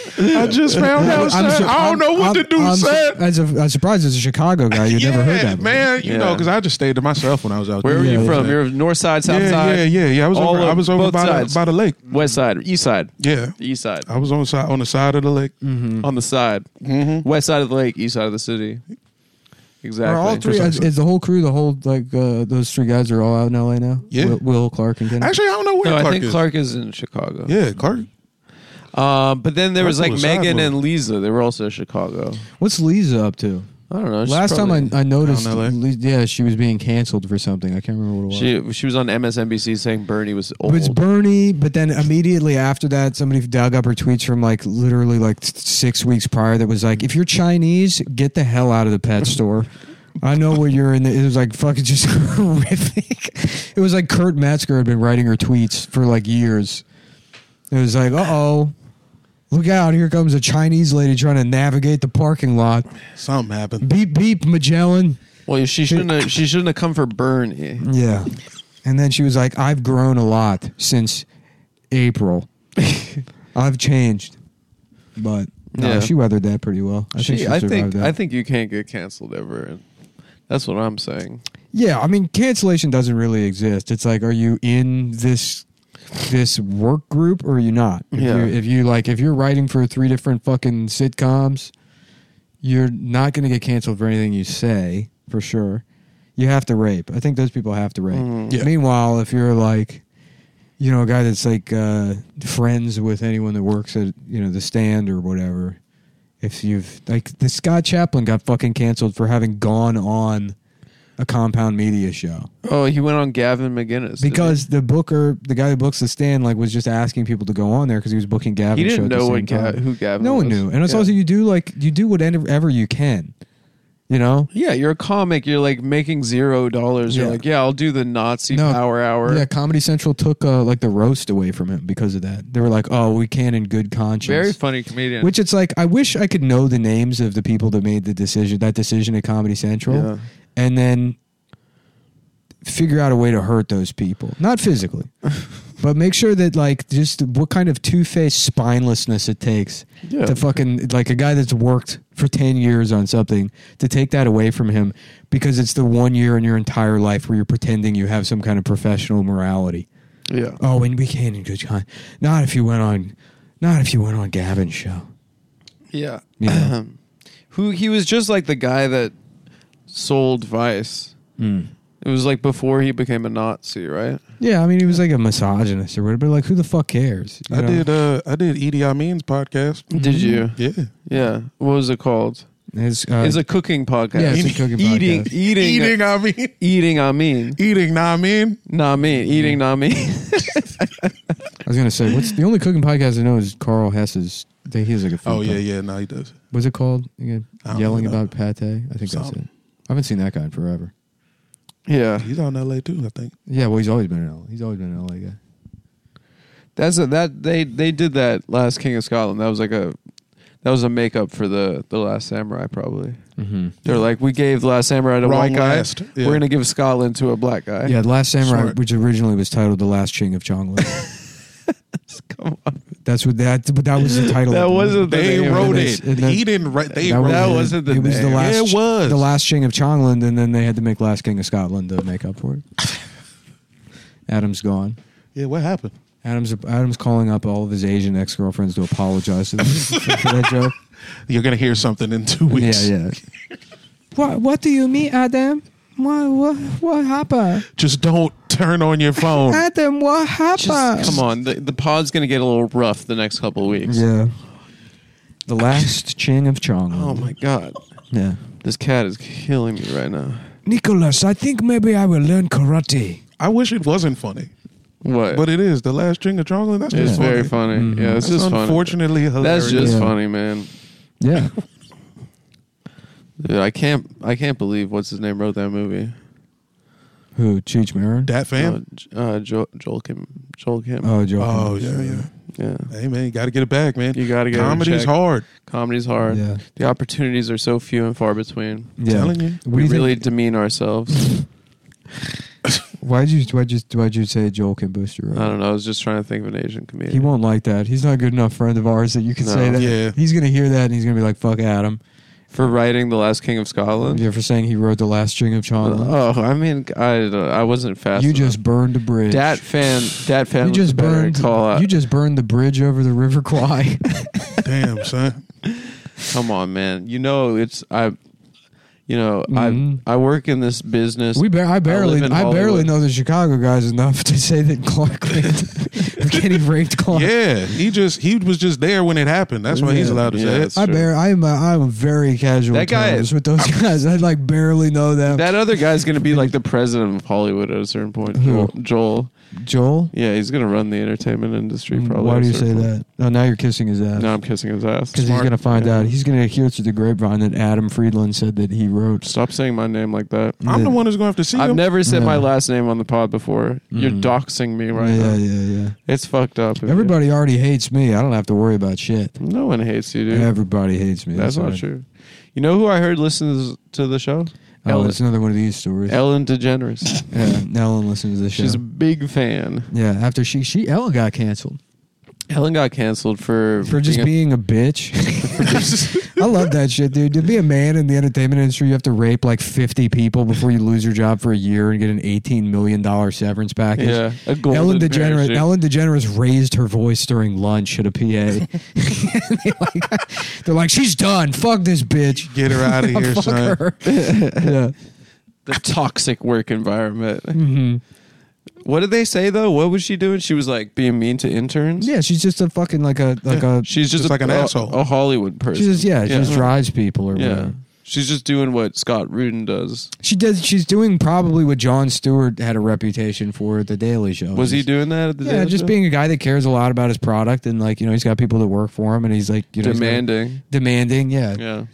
[SPEAKER 3] I just found out, sir.
[SPEAKER 1] sur-
[SPEAKER 3] I don't know what
[SPEAKER 1] I'm-
[SPEAKER 3] to do,
[SPEAKER 1] I'm su-
[SPEAKER 3] sir.
[SPEAKER 1] As a, I'm surprised as a Chicago guy, you never heard that. before.
[SPEAKER 3] man. You
[SPEAKER 4] Yeah.
[SPEAKER 3] know, because I just stayed to myself when I was out
[SPEAKER 4] Where
[SPEAKER 3] there.
[SPEAKER 4] were you
[SPEAKER 3] Yeah,
[SPEAKER 4] from?
[SPEAKER 3] yeah.
[SPEAKER 4] You're of north side, south
[SPEAKER 3] yeah,
[SPEAKER 4] side?
[SPEAKER 3] yeah, yeah, yeah. I was
[SPEAKER 4] All
[SPEAKER 3] over.
[SPEAKER 4] of-
[SPEAKER 3] I was over
[SPEAKER 4] both
[SPEAKER 3] by the,
[SPEAKER 4] sides.
[SPEAKER 3] by the lake.
[SPEAKER 4] West side, east side.
[SPEAKER 3] Yeah,
[SPEAKER 4] East side.
[SPEAKER 3] I was on the side on the side of the lake.
[SPEAKER 4] On the side. West side of the lake, east side of the city. Exactly.
[SPEAKER 1] Are all three? Is, is the whole crew, the whole like uh, those three guys, are all out in L.A. now?
[SPEAKER 3] Yeah.
[SPEAKER 1] Will, Will Clark, and Kenny.
[SPEAKER 3] Actually, I don't know where
[SPEAKER 4] no,
[SPEAKER 3] Clark
[SPEAKER 4] I think
[SPEAKER 3] is.
[SPEAKER 4] Clark is in Chicago.
[SPEAKER 3] Yeah, Clark.
[SPEAKER 4] Um, but then there was like
[SPEAKER 3] Clark's on the side
[SPEAKER 4] Megan
[SPEAKER 3] road.
[SPEAKER 4] and Lisa. They were also in Chicago.
[SPEAKER 1] What's Lisa up to?
[SPEAKER 4] I don't know. She's
[SPEAKER 1] Last
[SPEAKER 4] probably-
[SPEAKER 1] time I, I noticed,
[SPEAKER 3] Down in LA?
[SPEAKER 1] Li- yeah, she was being canceled for something. I can't remember what it
[SPEAKER 4] she
[SPEAKER 1] was.
[SPEAKER 4] she was on MSNBC saying Bernie was
[SPEAKER 1] It
[SPEAKER 4] old.
[SPEAKER 1] was Bernie, but then immediately after that, somebody dug up her tweets from like literally like s- six weeks prior that was like, if you're Chinese, get the hell out of the pet store. I know where you're in the. It was like fucking just horrific. It was like Kurt Metzger had been writing her tweets for like years. It was like, uh oh, look out, here comes a Chinese lady trying to navigate the parking lot.
[SPEAKER 3] Something happened.
[SPEAKER 1] Beep, beep, Magellan.
[SPEAKER 4] well, she shouldn't have, she shouldn't have come for Bernie.
[SPEAKER 1] Yeah. And then she was like, I've grown a lot since April. I've changed. But no,
[SPEAKER 4] Yeah.
[SPEAKER 1] she weathered that pretty well. I think
[SPEAKER 4] She,
[SPEAKER 1] she
[SPEAKER 4] I
[SPEAKER 1] survived
[SPEAKER 4] think
[SPEAKER 1] that.
[SPEAKER 4] I think you can't get canceled ever. That's what I'm saying.
[SPEAKER 1] yeah, I mean cancellation doesn't really exist. It's like are you in this this work group or are you not? If
[SPEAKER 4] Yeah.
[SPEAKER 1] you if you like if you're writing for three different fucking sitcoms, you're not gonna get canceled for anything you say, for sure. You have to rape. I think those people have to rape.
[SPEAKER 3] Yeah.
[SPEAKER 1] Meanwhile, if you're like you know, a guy that's like uh, friends with anyone that works at you know the stand or whatever. If you've like the Scott Chaplin got fucking canceled for having gone on a compound media show
[SPEAKER 4] Oh, he went on Gavin McGinnis didn't
[SPEAKER 1] because the booker, the guy who books the stand, like was just asking people to go on there because he was booking Gavin.
[SPEAKER 4] he, he didn't
[SPEAKER 1] show at
[SPEAKER 4] know
[SPEAKER 1] the
[SPEAKER 4] what
[SPEAKER 1] same
[SPEAKER 4] Ga-
[SPEAKER 1] time.
[SPEAKER 4] who Gavin.
[SPEAKER 1] No one
[SPEAKER 4] was.
[SPEAKER 1] knew, and it's
[SPEAKER 4] yeah.
[SPEAKER 1] also you do like you do whatever you can, you know.
[SPEAKER 4] Yeah, you're a comic. You're like making zero dollars. You're
[SPEAKER 1] Yeah.
[SPEAKER 4] like, yeah, I'll do the Nazi
[SPEAKER 1] No.
[SPEAKER 4] power hour.
[SPEAKER 1] Yeah, Comedy Central took uh, like the roast away from him because of that. They were like, "Oh, we can in good conscience."
[SPEAKER 4] Very funny comedian.
[SPEAKER 1] Which it's like I wish I could know the names of the people that made the decision that decision at Comedy Central,
[SPEAKER 4] Yeah.
[SPEAKER 1] and then figure out a way to hurt those people, not physically, but make sure that like just what kind of two faced spinelessness it takes
[SPEAKER 4] Yeah.
[SPEAKER 1] to fucking like a guy that's worked for ten years on something to take that away from him because it's the one year in your entire life where you're pretending you have some kind of professional morality.
[SPEAKER 4] yeah.
[SPEAKER 1] Oh, and we can in good kind. Not if you went on, not if you went on Gavin's show.
[SPEAKER 4] Yeah.
[SPEAKER 1] Yeah.
[SPEAKER 4] Who he was just like the guy that sold Vice. It was like before he became a Nazi, right?
[SPEAKER 1] Mm. Yeah, I mean, he was like a misogynist or whatever. But like, who the fuck cares? you
[SPEAKER 3] I
[SPEAKER 1] know?
[SPEAKER 3] did. Uh, I did Edie Amin's podcast.
[SPEAKER 4] Did you?
[SPEAKER 3] Yeah,
[SPEAKER 4] Yeah. What was it called?
[SPEAKER 1] His, Mm-hmm. uh,
[SPEAKER 4] It's a cooking podcast.
[SPEAKER 1] Yeah, it's a cooking
[SPEAKER 4] eating,
[SPEAKER 1] podcast.
[SPEAKER 4] Eating,
[SPEAKER 3] eating. I mean,
[SPEAKER 4] eating. I mean,
[SPEAKER 3] eating. Nah, I mean,
[SPEAKER 4] not me.
[SPEAKER 1] Mm-hmm.
[SPEAKER 4] Eating, not me.
[SPEAKER 1] I was gonna say, what's the only cooking podcast I know is Carl Hess's. I think he has like a. food
[SPEAKER 3] Oh yeah,
[SPEAKER 1] pod-
[SPEAKER 3] yeah. No, he does.
[SPEAKER 1] What's it called? Again,
[SPEAKER 3] I don't
[SPEAKER 1] yelling
[SPEAKER 3] know.
[SPEAKER 1] about pate. I think that's it.
[SPEAKER 3] Something.
[SPEAKER 1] I haven't seen that guy in forever.
[SPEAKER 4] yeah.
[SPEAKER 3] He's on L.A. too. I think.
[SPEAKER 1] Yeah, well, he's always been an LA. He's always been an LA guy.
[SPEAKER 4] That's a, that they they did that last King of Scotland. That was like a that was a makeup for the the Last Samurai probably.
[SPEAKER 1] Mm-hmm.
[SPEAKER 4] They're like we gave the Last Samurai to a
[SPEAKER 3] Wrong
[SPEAKER 4] white guy.
[SPEAKER 3] last. Yeah.
[SPEAKER 4] We're gonna give Scotland to a black guy.
[SPEAKER 1] Yeah, The Last Samurai,
[SPEAKER 3] Smart.
[SPEAKER 1] which originally was titled The Last Ching of Chongli.
[SPEAKER 4] Come on.
[SPEAKER 1] that's what that. But that was the title.
[SPEAKER 4] That
[SPEAKER 1] of the
[SPEAKER 4] wasn't the
[SPEAKER 3] They
[SPEAKER 4] name.
[SPEAKER 3] wrote
[SPEAKER 1] that's-
[SPEAKER 3] it.
[SPEAKER 1] and that-
[SPEAKER 3] He didn't write. They
[SPEAKER 1] That
[SPEAKER 3] wrote
[SPEAKER 4] That
[SPEAKER 1] it.
[SPEAKER 3] it.
[SPEAKER 4] wasn't the
[SPEAKER 1] it was the
[SPEAKER 4] name.
[SPEAKER 1] last
[SPEAKER 3] Yeah, it was.
[SPEAKER 1] the last Ching of Chongland, and then they had to make Last King of Scotland to make up for it. Adam's gone.
[SPEAKER 3] Yeah, what happened?
[SPEAKER 1] Adam's Adam's calling up all of his Asian ex girlfriends to apologize to them for that joke.
[SPEAKER 3] You're gonna hear something in two weeks.
[SPEAKER 1] Yeah, yeah. What What do you mean, Adam? What What What happened?
[SPEAKER 3] Just don't turn on your phone.
[SPEAKER 1] Adam, what happened?
[SPEAKER 4] Just, come on, the, the pod's gonna get a little rough the next couple of weeks.
[SPEAKER 1] Yeah. The last Ching of Chongland.
[SPEAKER 4] Oh my god,
[SPEAKER 1] Yeah.
[SPEAKER 4] this cat is killing me right now.
[SPEAKER 1] Nicholas, I think maybe I will learn karate.
[SPEAKER 3] I wish it wasn't funny,
[SPEAKER 4] What?
[SPEAKER 3] but it is. The last string of Chongling. That's
[SPEAKER 4] it's
[SPEAKER 3] just funny.
[SPEAKER 4] very funny. Yeah, it's
[SPEAKER 3] That's
[SPEAKER 4] just funny.
[SPEAKER 3] unfortunately hilarious.
[SPEAKER 4] That's just
[SPEAKER 1] Yeah.
[SPEAKER 4] funny, man.
[SPEAKER 1] Yeah.
[SPEAKER 4] Dude, I can't I can't believe what's his name wrote that movie.
[SPEAKER 1] Who? Cheech Marin?
[SPEAKER 4] Uh,
[SPEAKER 3] that fam.
[SPEAKER 4] J- uh, jo- Joel Kim. Joel Kim.
[SPEAKER 1] Oh, Joe.
[SPEAKER 3] Oh yeah, yeah.
[SPEAKER 4] Yeah.
[SPEAKER 3] Hey man, you got to get it back, man.
[SPEAKER 4] You gotta get it in
[SPEAKER 3] comedy's
[SPEAKER 4] check.
[SPEAKER 3] hard.
[SPEAKER 4] Comedy's hard.
[SPEAKER 1] Yeah.
[SPEAKER 4] The opportunities are so few and far between.
[SPEAKER 3] I'm telling you.
[SPEAKER 1] do
[SPEAKER 4] We
[SPEAKER 1] you think-
[SPEAKER 4] really demean ourselves.
[SPEAKER 1] Why'd you why'd you why'd you say Joel Kim Booster?
[SPEAKER 4] I don't know. I was just trying to think of an Asian comedian.
[SPEAKER 1] He won't like that. He's not a good enough friend of ours that you can
[SPEAKER 4] No.
[SPEAKER 1] say that.
[SPEAKER 3] Yeah.
[SPEAKER 1] He's gonna hear that and he's gonna be like, "Fuck Adam."
[SPEAKER 4] For writing The Last King of Scotland?
[SPEAKER 1] Yeah, for saying he wrote the last string of Chandler.
[SPEAKER 4] Oh, I mean, I, don't- I wasn't fast.
[SPEAKER 1] you
[SPEAKER 4] enough.
[SPEAKER 1] just burned a bridge.
[SPEAKER 4] Dat fan, Dat fan.
[SPEAKER 1] you
[SPEAKER 4] was
[SPEAKER 1] just
[SPEAKER 4] the better
[SPEAKER 1] burned.
[SPEAKER 4] Call out.
[SPEAKER 1] You just burned the bridge over the River Kwai.
[SPEAKER 3] Damn, son.
[SPEAKER 4] come on, man. You know it's I. You know
[SPEAKER 1] Mhm.
[SPEAKER 4] I I work in this business.
[SPEAKER 1] we bar- I barely
[SPEAKER 4] live in
[SPEAKER 1] I, barely
[SPEAKER 4] Hollywood.
[SPEAKER 1] know the Chicago guys enough to say that Clark raped, Kenny raped Clark.
[SPEAKER 3] Yeah, he just he was just there when it happened. That's why he's
[SPEAKER 1] Yeah.
[SPEAKER 3] allowed to
[SPEAKER 4] Yeah,
[SPEAKER 3] say it.
[SPEAKER 4] that's-
[SPEAKER 1] I
[SPEAKER 4] true.
[SPEAKER 1] barely. I'm a, I'm a very casual
[SPEAKER 4] That guy-
[SPEAKER 1] terms with those guys. I like barely know them.
[SPEAKER 4] that other guy's gonna be like the president of Hollywood at a certain point.
[SPEAKER 1] Who?
[SPEAKER 4] Joel, Joel.
[SPEAKER 1] Joel.
[SPEAKER 4] yeah, he's gonna run the entertainment industry. Probably. at
[SPEAKER 1] Mm, Why
[SPEAKER 4] a
[SPEAKER 1] do you
[SPEAKER 4] certain
[SPEAKER 1] say
[SPEAKER 4] point.
[SPEAKER 1] that? Oh, now you're kissing his ass.
[SPEAKER 4] No, I'm kissing his ass.
[SPEAKER 1] Because he's
[SPEAKER 4] Smart.
[SPEAKER 1] going to find
[SPEAKER 4] Yeah.
[SPEAKER 1] out. He's going to hear through the grapevine that Adam Friedland said that he wrote.
[SPEAKER 4] Stop saying my name like that.
[SPEAKER 3] I'm the one who's gonna have to see
[SPEAKER 4] I've
[SPEAKER 3] him.
[SPEAKER 4] never said my
[SPEAKER 1] Yeah.
[SPEAKER 4] last name on the pod before. You're
[SPEAKER 1] Mhm.
[SPEAKER 4] doxing me right
[SPEAKER 1] yeah,
[SPEAKER 4] now.
[SPEAKER 1] yeah, yeah.
[SPEAKER 4] It's fucked up. if you-
[SPEAKER 1] Everybody already hates me. I don't have to worry about shit.
[SPEAKER 4] no one hates you, dude.
[SPEAKER 1] Everybody hates me.
[SPEAKER 4] That's
[SPEAKER 1] all
[SPEAKER 4] not
[SPEAKER 1] right.
[SPEAKER 4] true. You know who I heard listens to the show?
[SPEAKER 1] Oh,
[SPEAKER 4] Ellen.
[SPEAKER 1] it's another one of these stories.
[SPEAKER 4] Ellen DeGeneres.
[SPEAKER 1] yeah, Ellen listens to the show.
[SPEAKER 4] She's a big fan.
[SPEAKER 1] yeah, after she she Ellen got canceled
[SPEAKER 4] Ellen got canceled for
[SPEAKER 1] for just
[SPEAKER 4] a-
[SPEAKER 1] being a bitch. I love that shit, dude. To be a man in the entertainment industry, you have to rape like fifty people before you lose your job for a year and get an eighteen million dollar severance package.
[SPEAKER 4] yeah, a golden
[SPEAKER 1] Ellen DeGeneres.
[SPEAKER 4] parachute.
[SPEAKER 1] Ellen DeGeneres raised her voice during lunch at a PA. And they like, they're like, she's done. Fuck this bitch.
[SPEAKER 3] Get her out of here,
[SPEAKER 1] Fuck
[SPEAKER 3] son.
[SPEAKER 1] her. yeah.
[SPEAKER 4] the toxic work environment.
[SPEAKER 1] Mm-hmm.
[SPEAKER 4] What did they say though? What was she doing? She was like being mean to interns.
[SPEAKER 1] Yeah. She's just a fucking like a like a.
[SPEAKER 4] she's just,
[SPEAKER 3] Just
[SPEAKER 4] a-
[SPEAKER 3] like an
[SPEAKER 4] a-
[SPEAKER 3] asshole.
[SPEAKER 4] a Hollywood person.
[SPEAKER 1] She just yeah. She
[SPEAKER 4] yeah.
[SPEAKER 1] just drives people or
[SPEAKER 4] Yeah.
[SPEAKER 1] whatever.
[SPEAKER 4] She's just doing what Scott Rudin does.
[SPEAKER 1] She does. She's doing probably what Jon Stewart had a reputation for at the Daily Show.
[SPEAKER 4] Was he doing that at the
[SPEAKER 1] Yeah,
[SPEAKER 4] Daily
[SPEAKER 1] just
[SPEAKER 4] Show?
[SPEAKER 1] being a guy that cares a lot about his product and like you know he's got people that work for him and he's like you know he's got-
[SPEAKER 4] demanding?
[SPEAKER 1] demanding.
[SPEAKER 4] Yeah,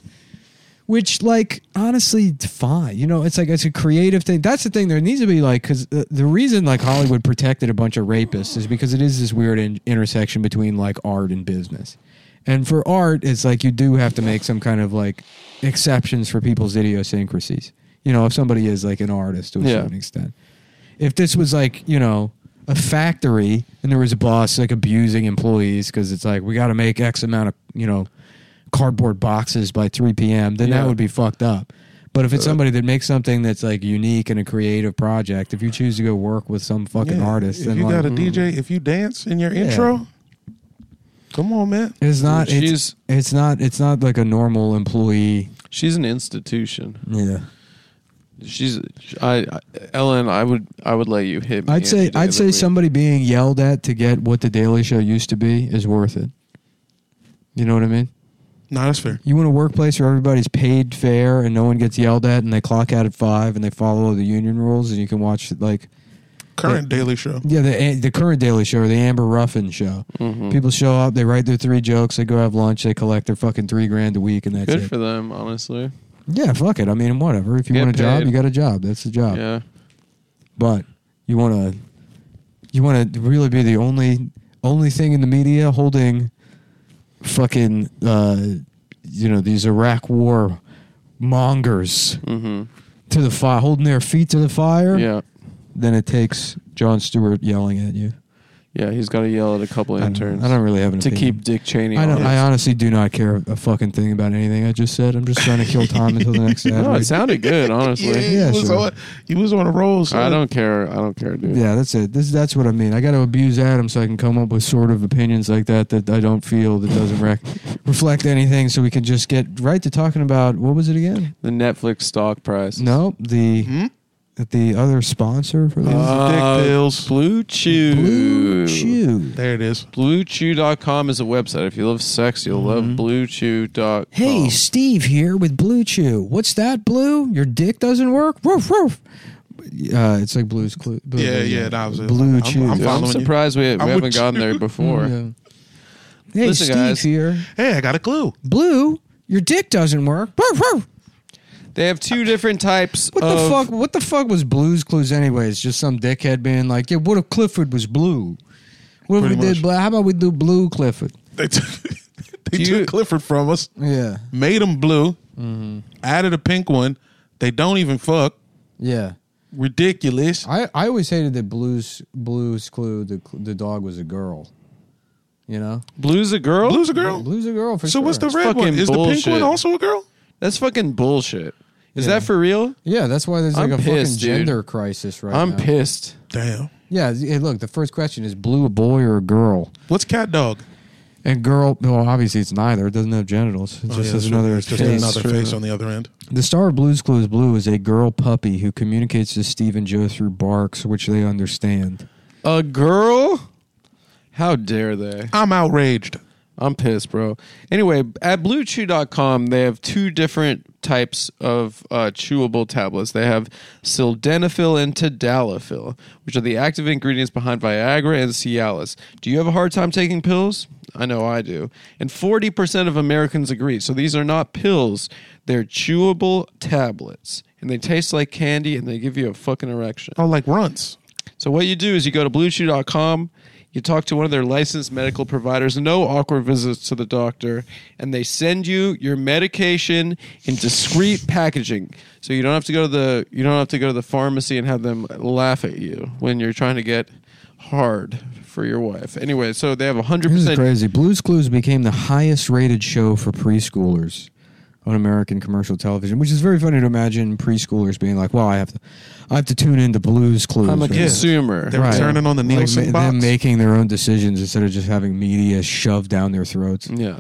[SPEAKER 1] which like honestly fine you know it's like it's a creative thing that's the thing there needs to be like because the, the reason like hollywood protected a bunch of rapists is because it is this weird in- intersection between like art and business and for art it's like you do have to make some kind of like exceptions for people's idiosyncrasies you know if somebody is like an artist to a
[SPEAKER 4] Yeah.
[SPEAKER 1] certain extent if this was like you know a factory and there was a boss like abusing employees because it's like we got to make x amount of you know cardboard boxes by 3 p.m then
[SPEAKER 4] Yeah.
[SPEAKER 1] that would be fucked up but
[SPEAKER 3] Uh,
[SPEAKER 1] if it's somebody that makes something that's like unique and a creative project if you choose to go work with some fucking
[SPEAKER 3] Yeah,
[SPEAKER 1] artist
[SPEAKER 3] If
[SPEAKER 1] then
[SPEAKER 3] you
[SPEAKER 1] like,
[SPEAKER 3] got a DJ, if you dance in your intro, mm. come on, man.
[SPEAKER 1] it's not it's,
[SPEAKER 4] She's-
[SPEAKER 1] it's not it's not like a normal employee
[SPEAKER 4] she's an institution.
[SPEAKER 1] yeah
[SPEAKER 4] She's I, I Ellen. I would I would let you hit me.
[SPEAKER 1] i'd say
[SPEAKER 4] any day of
[SPEAKER 1] i'd
[SPEAKER 4] the
[SPEAKER 1] say
[SPEAKER 4] week.
[SPEAKER 1] somebody being yelled at to get what the daily show used to be is worth it you know what i mean
[SPEAKER 3] No, that's fair.
[SPEAKER 1] You want a workplace where everybody's paid fair and no one gets yelled at, and they clock out at five and they follow the union rules, and you can watch like
[SPEAKER 3] Current Daily Show.
[SPEAKER 1] yeah the the current Daily Show or the Amber Ruffin show.
[SPEAKER 4] Mm-hmm.
[SPEAKER 1] People show up, they write their three jokes, they go have lunch, they collect their fucking three grand a week, and that's
[SPEAKER 4] Good
[SPEAKER 1] it.
[SPEAKER 4] for them, honestly.
[SPEAKER 1] yeah, fuck it. I mean, whatever. If you
[SPEAKER 4] Get
[SPEAKER 1] want a job,
[SPEAKER 4] paid.
[SPEAKER 1] you got a job. That's the job.
[SPEAKER 4] Yeah.
[SPEAKER 1] But you want to you want to really be the only only thing in the media holding fucking uh, you know these Iraq war mongers
[SPEAKER 4] Mm-hmm.
[SPEAKER 1] to the fire, holding their feet to the fire,
[SPEAKER 4] Yeah.
[SPEAKER 1] then it takes John Stewart yelling at you.
[SPEAKER 4] Yeah. He's got to yell at a couple
[SPEAKER 1] I don't-
[SPEAKER 4] interns
[SPEAKER 1] I don't really have an
[SPEAKER 4] to
[SPEAKER 1] opinion.
[SPEAKER 4] keep Dick Cheney.
[SPEAKER 1] I, don't,
[SPEAKER 4] on.
[SPEAKER 1] I honestly do not care a fucking thing about anything I just said. I'm just trying to kill time until the next ad.
[SPEAKER 4] no, it sounded good, honestly.
[SPEAKER 1] Yeah,
[SPEAKER 3] he, was
[SPEAKER 1] sure.
[SPEAKER 3] on, he was on a roll. Son.
[SPEAKER 4] I don't care. I don't care, dude.
[SPEAKER 1] yeah, that's it. This, that's what I mean. I got to abuse Adam so I can come up with sort of opinions like that that I don't feel that doesn't rec- reflect anything. So we can just get right to talking about what was it again?
[SPEAKER 4] The Netflix stock price.
[SPEAKER 1] No, the
[SPEAKER 4] Hmm?
[SPEAKER 1] the other sponsor for this
[SPEAKER 4] Uh,
[SPEAKER 3] Dick deals.
[SPEAKER 4] Blue Chew.
[SPEAKER 1] Blue Chew.
[SPEAKER 3] There it is.
[SPEAKER 4] BlueChew.com is a website. If you love sex, you'll love BlueChew.com.
[SPEAKER 1] Mm-hmm. Hey, Steve here with Blue Chew. What's that, Blue? Your dick doesn't work? Woof, woof. Uh, it's like Blue's Clue. Blue,
[SPEAKER 3] Yeah, yeah, that was it.
[SPEAKER 1] Blue
[SPEAKER 3] I'm-
[SPEAKER 1] Chew.
[SPEAKER 4] Dude,
[SPEAKER 3] I'm
[SPEAKER 4] I'm
[SPEAKER 3] following you.
[SPEAKER 4] surprised we, we
[SPEAKER 3] I'm
[SPEAKER 4] haven't
[SPEAKER 3] with
[SPEAKER 4] gotten
[SPEAKER 3] you.
[SPEAKER 4] there before.
[SPEAKER 1] Yeah. Hey,
[SPEAKER 4] Listen,
[SPEAKER 1] Steve
[SPEAKER 4] guys.
[SPEAKER 1] here.
[SPEAKER 3] Hey, I got a clue.
[SPEAKER 1] Blue, your dick doesn't work? Woof, woof.
[SPEAKER 4] They have two different types
[SPEAKER 1] What
[SPEAKER 3] Uh,
[SPEAKER 4] of-
[SPEAKER 1] the fuck? What the fuck was Blue's Clues anyways? Just some dickhead being like, "Yeah, what if Clifford was blue? What if we
[SPEAKER 3] Pretty
[SPEAKER 1] did?
[SPEAKER 3] much.
[SPEAKER 1] Bla- how about we do Blue Clifford?
[SPEAKER 3] They took, they
[SPEAKER 4] Do
[SPEAKER 3] took
[SPEAKER 4] you-
[SPEAKER 3] Clifford from us,
[SPEAKER 1] Yeah,
[SPEAKER 3] made him blue,
[SPEAKER 4] Mm-hmm.
[SPEAKER 3] added a pink one. They don't even fuck.
[SPEAKER 1] yeah.
[SPEAKER 3] Ridiculous.
[SPEAKER 1] I, I always hated that Blue's Blue's Clue the the dog was a girl. You know,
[SPEAKER 4] Blue's a girl.
[SPEAKER 3] Blue's a girl.
[SPEAKER 1] Blue's a girl for
[SPEAKER 3] so what's the
[SPEAKER 1] sure.
[SPEAKER 3] red
[SPEAKER 4] fucking
[SPEAKER 3] one? Is the
[SPEAKER 4] bullshit.
[SPEAKER 3] pink one also a girl?
[SPEAKER 4] That's fucking bullshit. Is
[SPEAKER 1] Yeah.
[SPEAKER 4] that for real?
[SPEAKER 1] Yeah, that's why there's like
[SPEAKER 4] I'm
[SPEAKER 1] a
[SPEAKER 4] pissed,
[SPEAKER 1] fucking
[SPEAKER 4] dude.
[SPEAKER 1] gender crisis right
[SPEAKER 4] I'm
[SPEAKER 1] now.
[SPEAKER 4] pissed.
[SPEAKER 3] Damn.
[SPEAKER 1] Yeah, hey, look, the first question is Blue a boy or a girl?
[SPEAKER 3] What's cat dog? Oh,
[SPEAKER 1] And girl, well, obviously it's neither. It doesn't have genitals. It
[SPEAKER 3] Oh,
[SPEAKER 1] just
[SPEAKER 3] yeah,
[SPEAKER 1] has
[SPEAKER 3] that's
[SPEAKER 1] another.
[SPEAKER 3] right. It's just
[SPEAKER 1] face.
[SPEAKER 3] another face on the other end.
[SPEAKER 1] The star of Blue's Clues Blue is a girl puppy who communicates to Steve and Joe through barks, which they understand.
[SPEAKER 4] A girl? How dare they?
[SPEAKER 3] I'm outraged.
[SPEAKER 4] I'm pissed, bro. Anyway, at bluechew.com, they have two different types of uh, chewable tablets. They have sildenafil and tadalafil, which are the active ingredients behind Viagra and Cialis. Do you have a hard time taking pills? I know I do. And 40% of Americans agree. So these are not pills, they're chewable tablets. And they taste like candy and they give you a fucking erection.
[SPEAKER 3] Oh, like runts.
[SPEAKER 4] So what you do is you go to bluechew.com, you talk to one of their licensed medical providers, no awkward visits to the doctor, and they send you your medication in discreet packaging. So you don't have to go to the you don't have to go to the pharmacy and have them laugh at you when you're trying to get hard for your wife. Anyway, so they have 100%
[SPEAKER 1] This is crazy. Blue's Clues became the highest rated show for preschoolers on American commercial television, which is very funny to imagine preschoolers being like, "Wow, I have to, I have to tune into Blue's Clues."
[SPEAKER 4] I'm a
[SPEAKER 1] right?
[SPEAKER 4] consumer.
[SPEAKER 3] They're turning on the
[SPEAKER 1] Like,
[SPEAKER 3] Nielsen
[SPEAKER 1] ma-
[SPEAKER 3] box.
[SPEAKER 1] them making their own decisions instead of just having media shoved down their throats.
[SPEAKER 4] Yeah.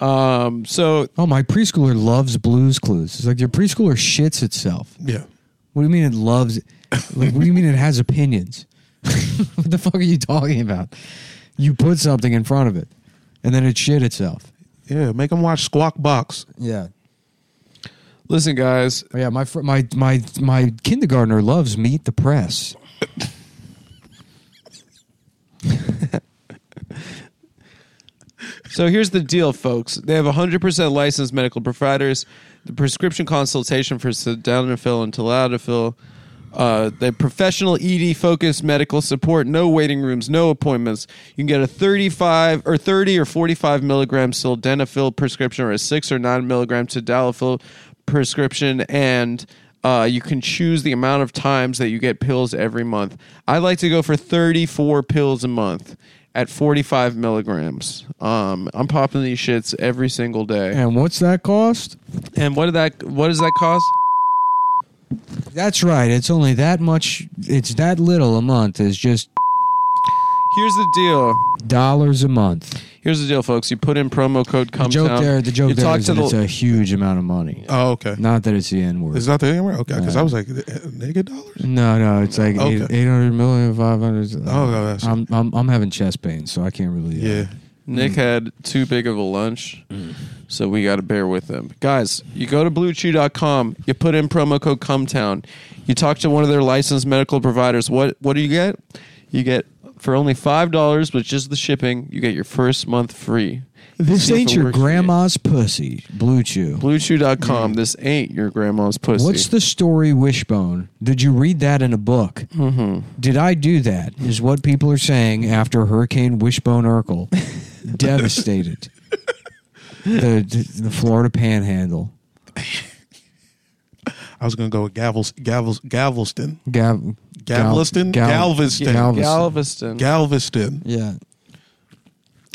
[SPEAKER 4] Um so
[SPEAKER 1] Oh, my preschooler loves Blue's Clues. It's like your preschooler shits itself.
[SPEAKER 3] yeah.
[SPEAKER 1] What do you mean it loves? Like, what do you mean it has opinions? what the fuck are you talking about? You put something in front of it, and then it shit itself.
[SPEAKER 3] Yeah. Make them watch Squawk Box.
[SPEAKER 1] Yeah,
[SPEAKER 4] listen guys,
[SPEAKER 1] Oh, yeah, my fr- my my my kindergartner loves Meet the Press.
[SPEAKER 4] So here's the deal, folks. They have 100% licensed medical providers. The prescription consultation for sildenafil and tadalafil. Uh, they have professional ED focused medical support. No waiting rooms. No appointments. You can get a 35 or 30 or 45 milligram sildenafil prescription or a six or nine milligram tadalafil prescription, and uh, you can choose the amount of times that you get pills every month. I like to go for 34 pills a month at 45 milligrams. Um, I'm popping these shits every single day.
[SPEAKER 1] And what's that cost?
[SPEAKER 4] And what did that? What does that cost?
[SPEAKER 1] That's right. It's only that much. It's that little a month. Is just
[SPEAKER 4] Here's the deal.
[SPEAKER 1] dollars a month.
[SPEAKER 4] Here's the deal, folks. You put in promo code
[SPEAKER 1] The
[SPEAKER 4] comes
[SPEAKER 1] joke there. The joke
[SPEAKER 4] you
[SPEAKER 1] there
[SPEAKER 4] talk
[SPEAKER 1] is
[SPEAKER 4] to
[SPEAKER 1] that it's
[SPEAKER 4] the,
[SPEAKER 1] a huge amount of money.
[SPEAKER 3] Oh, okay.
[SPEAKER 1] Not that it's the N word.
[SPEAKER 3] Is that the anywhere? Okay. Because I was like, nigga dollars?
[SPEAKER 1] No, no, it's like
[SPEAKER 3] Okay.
[SPEAKER 1] eight hundred million, five hundred.
[SPEAKER 3] Oh, no, that's-
[SPEAKER 1] I'm, I'm I'm having chest pain, so I can't really. uh,
[SPEAKER 3] Yeah.
[SPEAKER 4] Nick had too big of a lunch,
[SPEAKER 1] Mm.
[SPEAKER 4] so we got to bear with him. Guys, you go to bluechew.com, you put in promo code Cumtown, you talk to one of their licensed medical providers. What what do you get? You get for only five dollars, but just the shipping, you get your first month free.
[SPEAKER 1] This
[SPEAKER 4] See if
[SPEAKER 1] ain't
[SPEAKER 4] it
[SPEAKER 1] your
[SPEAKER 4] works for you.
[SPEAKER 1] grandma's pussy, Blue Chew.
[SPEAKER 4] Bluechew.com. This ain't your grandma's pussy.
[SPEAKER 1] What's the story, Wishbone? Did you read that in a book? Mm-hmm. Did I do that? Is what people are saying after Hurricane Wishbone Urkel devastated the the Florida Panhandle.
[SPEAKER 3] I was going to go with Gavels, Gavels, Galveston.
[SPEAKER 1] Gav,
[SPEAKER 3] Galveston? Galveston.
[SPEAKER 4] Galveston?
[SPEAKER 1] Galveston.
[SPEAKER 3] Galveston.
[SPEAKER 1] Yeah.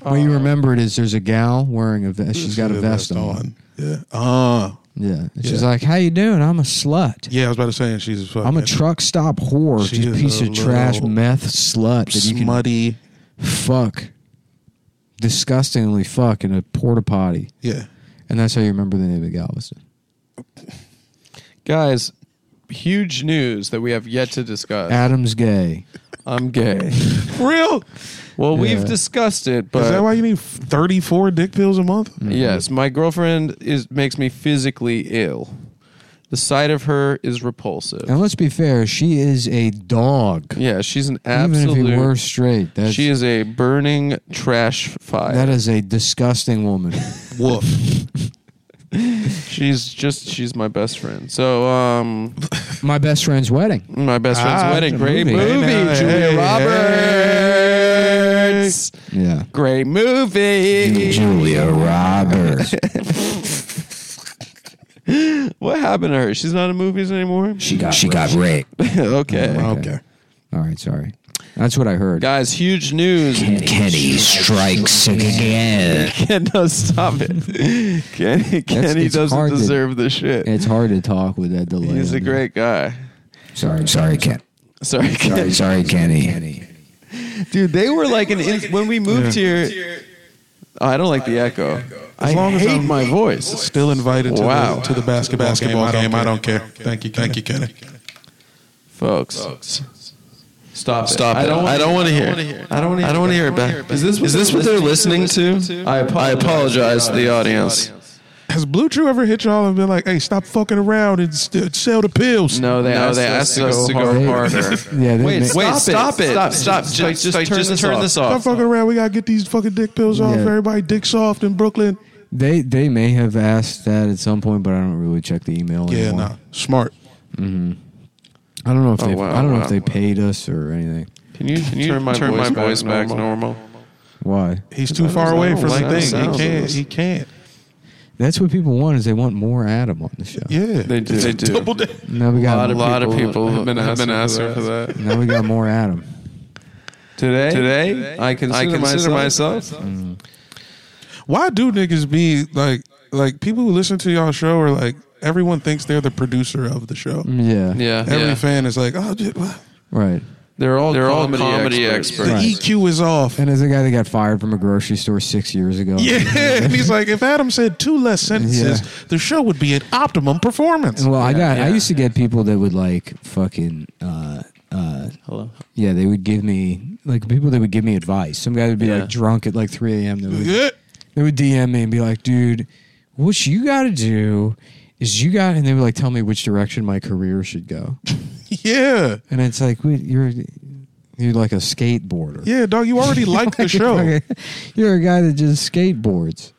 [SPEAKER 1] What you remember it is there's a gal wearing a vest. She's got a
[SPEAKER 3] Yeah,
[SPEAKER 1] vest
[SPEAKER 3] that's
[SPEAKER 1] on.
[SPEAKER 3] Yeah. Ah.
[SPEAKER 1] Yeah. And She's
[SPEAKER 3] Yeah.
[SPEAKER 1] like, "How you doing? I'm a slut.
[SPEAKER 3] yeah, I was about to say, and she's fucking
[SPEAKER 1] I'm a truck stop whore,
[SPEAKER 3] She
[SPEAKER 1] just
[SPEAKER 3] is
[SPEAKER 1] piece
[SPEAKER 3] a
[SPEAKER 1] of trash
[SPEAKER 3] little
[SPEAKER 1] meth slut that you can
[SPEAKER 3] smutty.
[SPEAKER 1] fuck, disgustingly fuck in a porta potty,
[SPEAKER 3] Yeah.
[SPEAKER 1] and that's how you remember the name of Galveston.
[SPEAKER 4] Guys, huge news that we have yet to discuss.
[SPEAKER 1] Adam's gay.
[SPEAKER 4] I'm gay.
[SPEAKER 3] For real?
[SPEAKER 4] Well,
[SPEAKER 1] Yeah.
[SPEAKER 4] we've discussed it, but
[SPEAKER 3] Is that why you need 34 dick pills a month?
[SPEAKER 4] Yes, my girlfriend is makes me physically ill. The sight of her is repulsive.
[SPEAKER 1] And let's be fair, she is a dog.
[SPEAKER 4] Yeah, she's an
[SPEAKER 1] Even if
[SPEAKER 4] absolute.
[SPEAKER 1] you were straight, that's,
[SPEAKER 4] she is a burning trash fire.
[SPEAKER 1] that is a disgusting woman.
[SPEAKER 3] Woof.
[SPEAKER 4] she's just she's my best friend. So, um,
[SPEAKER 1] My best friend's wedding.
[SPEAKER 4] my best friend's
[SPEAKER 3] Ah,
[SPEAKER 4] wedding,
[SPEAKER 3] it's a
[SPEAKER 4] great
[SPEAKER 1] movie.
[SPEAKER 4] movie,
[SPEAKER 3] Hey, now,
[SPEAKER 4] Julia
[SPEAKER 3] hey,
[SPEAKER 4] Roberts. Roberts.
[SPEAKER 1] Yeah.
[SPEAKER 4] Great movie.
[SPEAKER 1] Julia Roberts.
[SPEAKER 4] What happened to her? She's not in movies anymore?
[SPEAKER 1] She got she got raped.
[SPEAKER 4] okay.
[SPEAKER 3] Okay.
[SPEAKER 1] All right, sorry. That's what I heard.
[SPEAKER 4] Guys, huge news.
[SPEAKER 1] Kenny strikes again.
[SPEAKER 4] Ken, no, stop it. Kenny, Kenny
[SPEAKER 1] it's
[SPEAKER 4] doesn't
[SPEAKER 1] hard to-
[SPEAKER 4] deserve the shit.
[SPEAKER 1] It's hard to talk with that delay.
[SPEAKER 4] He's
[SPEAKER 1] on
[SPEAKER 4] a
[SPEAKER 1] that.
[SPEAKER 4] great guy.
[SPEAKER 1] Sorry, sorry, Ken.
[SPEAKER 4] Sorry, Ken.
[SPEAKER 1] Sorry, sorry, Kenny.
[SPEAKER 4] Dude, they were like an in- when we moved here. Oh, I don't like the echo. I
[SPEAKER 3] long as
[SPEAKER 4] hate
[SPEAKER 3] I'm-
[SPEAKER 4] my voice.
[SPEAKER 3] Still invited to
[SPEAKER 4] Wow.
[SPEAKER 3] the to the basketball,
[SPEAKER 7] basketball
[SPEAKER 3] game.
[SPEAKER 7] game.
[SPEAKER 3] I don't care. Thank you, thank you, Kenny.
[SPEAKER 4] folks. Stop. Stop. I don't.
[SPEAKER 7] I don't want to hear. it.
[SPEAKER 4] I don't. wanna-
[SPEAKER 7] I don't want to hear it back. Is this is this what they're listening to?
[SPEAKER 4] I apologize,
[SPEAKER 7] I apologize to the audience.
[SPEAKER 3] Has Blue Chew ever hit y'all and been like, "Hey, stop fucking around and st- sell the pills"?
[SPEAKER 4] No, they
[SPEAKER 7] No,
[SPEAKER 4] asked,
[SPEAKER 7] they
[SPEAKER 4] us,
[SPEAKER 7] asked us
[SPEAKER 4] to go harder.
[SPEAKER 1] Yeah, they
[SPEAKER 4] wait,
[SPEAKER 1] ma-
[SPEAKER 4] wait,
[SPEAKER 7] Stop
[SPEAKER 4] stop
[SPEAKER 7] it!
[SPEAKER 4] Stop, stop.
[SPEAKER 7] Just-
[SPEAKER 4] Just, just,
[SPEAKER 7] just
[SPEAKER 4] turn, this
[SPEAKER 7] turn
[SPEAKER 4] off.
[SPEAKER 7] this
[SPEAKER 3] Stop
[SPEAKER 7] off.
[SPEAKER 3] fucking around. We gotta get these fucking dick pills off.
[SPEAKER 1] Yeah.
[SPEAKER 3] Everybody dicks off in Brooklyn.
[SPEAKER 1] They they may have asked that at some point, but I don't really check the email.
[SPEAKER 3] Yeah,
[SPEAKER 1] anymore.
[SPEAKER 3] nah. Smart.
[SPEAKER 1] I don't know if
[SPEAKER 4] Oh,
[SPEAKER 1] they
[SPEAKER 4] wow,
[SPEAKER 1] I don't know
[SPEAKER 4] wow,
[SPEAKER 1] if they
[SPEAKER 4] wow.
[SPEAKER 1] paid us or anything.
[SPEAKER 4] Can you, can you turn my voice, back, normal?
[SPEAKER 1] Why?
[SPEAKER 3] He's too
[SPEAKER 4] I
[SPEAKER 3] far
[SPEAKER 4] don't
[SPEAKER 3] away from
[SPEAKER 4] like
[SPEAKER 3] the
[SPEAKER 4] the
[SPEAKER 3] thing.
[SPEAKER 4] sounds
[SPEAKER 3] He
[SPEAKER 4] of
[SPEAKER 3] can't.
[SPEAKER 4] this.
[SPEAKER 3] He can't.
[SPEAKER 1] That's what people want is they want more Adam on the show.
[SPEAKER 3] Yeah.
[SPEAKER 4] They do. They do.
[SPEAKER 3] Double down.
[SPEAKER 1] Now we
[SPEAKER 4] A
[SPEAKER 1] got
[SPEAKER 4] lot of,
[SPEAKER 7] lot of
[SPEAKER 4] people
[SPEAKER 7] people
[SPEAKER 4] have been
[SPEAKER 7] have
[SPEAKER 4] asking,
[SPEAKER 7] been
[SPEAKER 4] for,
[SPEAKER 7] asking
[SPEAKER 4] that.
[SPEAKER 1] now we got more Adam.
[SPEAKER 4] Today,
[SPEAKER 7] Today,
[SPEAKER 4] I consider,
[SPEAKER 7] I consider
[SPEAKER 4] myself.
[SPEAKER 3] Why do niggas be like like people who listen to y'all show are like everyone thinks they're the producer of the show.
[SPEAKER 1] Yeah.
[SPEAKER 7] Yeah,
[SPEAKER 3] Every
[SPEAKER 7] yeah.
[SPEAKER 3] fan is like, oh, dude, what?
[SPEAKER 1] Right.
[SPEAKER 4] They're all
[SPEAKER 7] They're all
[SPEAKER 4] comedy
[SPEAKER 7] comedy
[SPEAKER 4] experts.
[SPEAKER 3] the
[SPEAKER 7] experts.
[SPEAKER 3] EQ is off.
[SPEAKER 1] And there's a guy that got fired from a grocery store six years ago.
[SPEAKER 3] yeah, and he's like, if Adam said two less sentences,
[SPEAKER 1] Yeah.
[SPEAKER 3] the show would be at optimum performance.
[SPEAKER 1] Well, I got. I
[SPEAKER 4] yeah.
[SPEAKER 1] used to get people that would like fucking. Uh, uh,
[SPEAKER 4] Hello.
[SPEAKER 1] yeah, they would give me like people that would give me advice. Some guy would be
[SPEAKER 4] Yeah.
[SPEAKER 1] like drunk at like 3 a.m. That would,
[SPEAKER 3] Yeah.
[SPEAKER 1] they would DM me and be like, "Dude, what you got to do is you got," and they would like tell me which direction my career should go.
[SPEAKER 3] Yeah,
[SPEAKER 1] And it's like, wait, you're you're like a skateboarder.
[SPEAKER 3] yeah, dog, you already like the show.
[SPEAKER 1] Okay. You're a guy that just skateboards.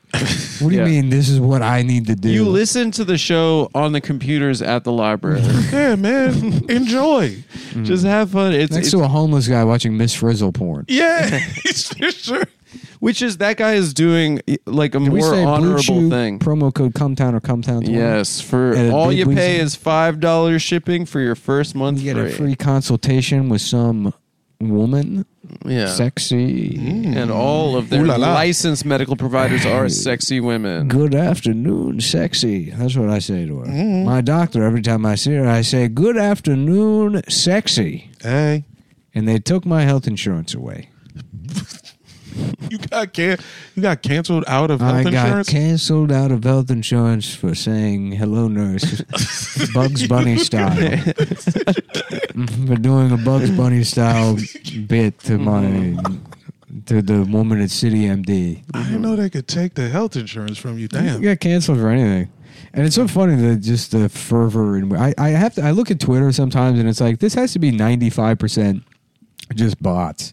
[SPEAKER 1] What do
[SPEAKER 4] Yeah.
[SPEAKER 1] you mean? This is what I need to do.
[SPEAKER 4] You listen to the show on the computers at the library.
[SPEAKER 3] Yeah, man, enjoy.
[SPEAKER 4] Just have fun. It's,
[SPEAKER 1] next
[SPEAKER 4] it's-
[SPEAKER 1] to a homeless guy watching Miss Frizzle porn.
[SPEAKER 3] Yeah, for sure.
[SPEAKER 4] which is that guy is doing like a
[SPEAKER 1] Did we
[SPEAKER 4] more
[SPEAKER 1] say Blue
[SPEAKER 4] honorable
[SPEAKER 1] Chew
[SPEAKER 4] thing.
[SPEAKER 1] Promo code Cumtown or Cumtown. 20?
[SPEAKER 4] Yes, for
[SPEAKER 1] At a
[SPEAKER 4] all
[SPEAKER 1] big
[SPEAKER 4] you pay
[SPEAKER 1] Weezy.
[SPEAKER 4] is five dollars shipping for your first month
[SPEAKER 1] You get
[SPEAKER 4] free.
[SPEAKER 1] a free consultation with some woman,
[SPEAKER 4] yeah, Mm.
[SPEAKER 1] sexy.
[SPEAKER 4] and all of their
[SPEAKER 3] Ooh la la.
[SPEAKER 4] licensed medical providers are sexy women.
[SPEAKER 1] Good afternoon, sexy. That's what I say to her.
[SPEAKER 4] Mm.
[SPEAKER 1] My doctor, every time I see her, I say, Good afternoon, sexy.
[SPEAKER 3] Hey,
[SPEAKER 1] And they took my health insurance away.
[SPEAKER 3] you got can- you got canceled out of health
[SPEAKER 1] I
[SPEAKER 3] insurance.
[SPEAKER 1] got canceled out of health insurance for saying hello, nurse, Bugs Bunny style. for doing a Bugs Bunny style bit to
[SPEAKER 3] Mm-hmm.
[SPEAKER 1] my to the woman at City MD.
[SPEAKER 3] I didn't know they could take the health insurance from you.
[SPEAKER 1] You
[SPEAKER 3] Damn.
[SPEAKER 1] got canceled for anything. And it's so funny that just the fervor and I, I have to I look at Twitter sometimes and it's like this has to be ninety five percent just bots.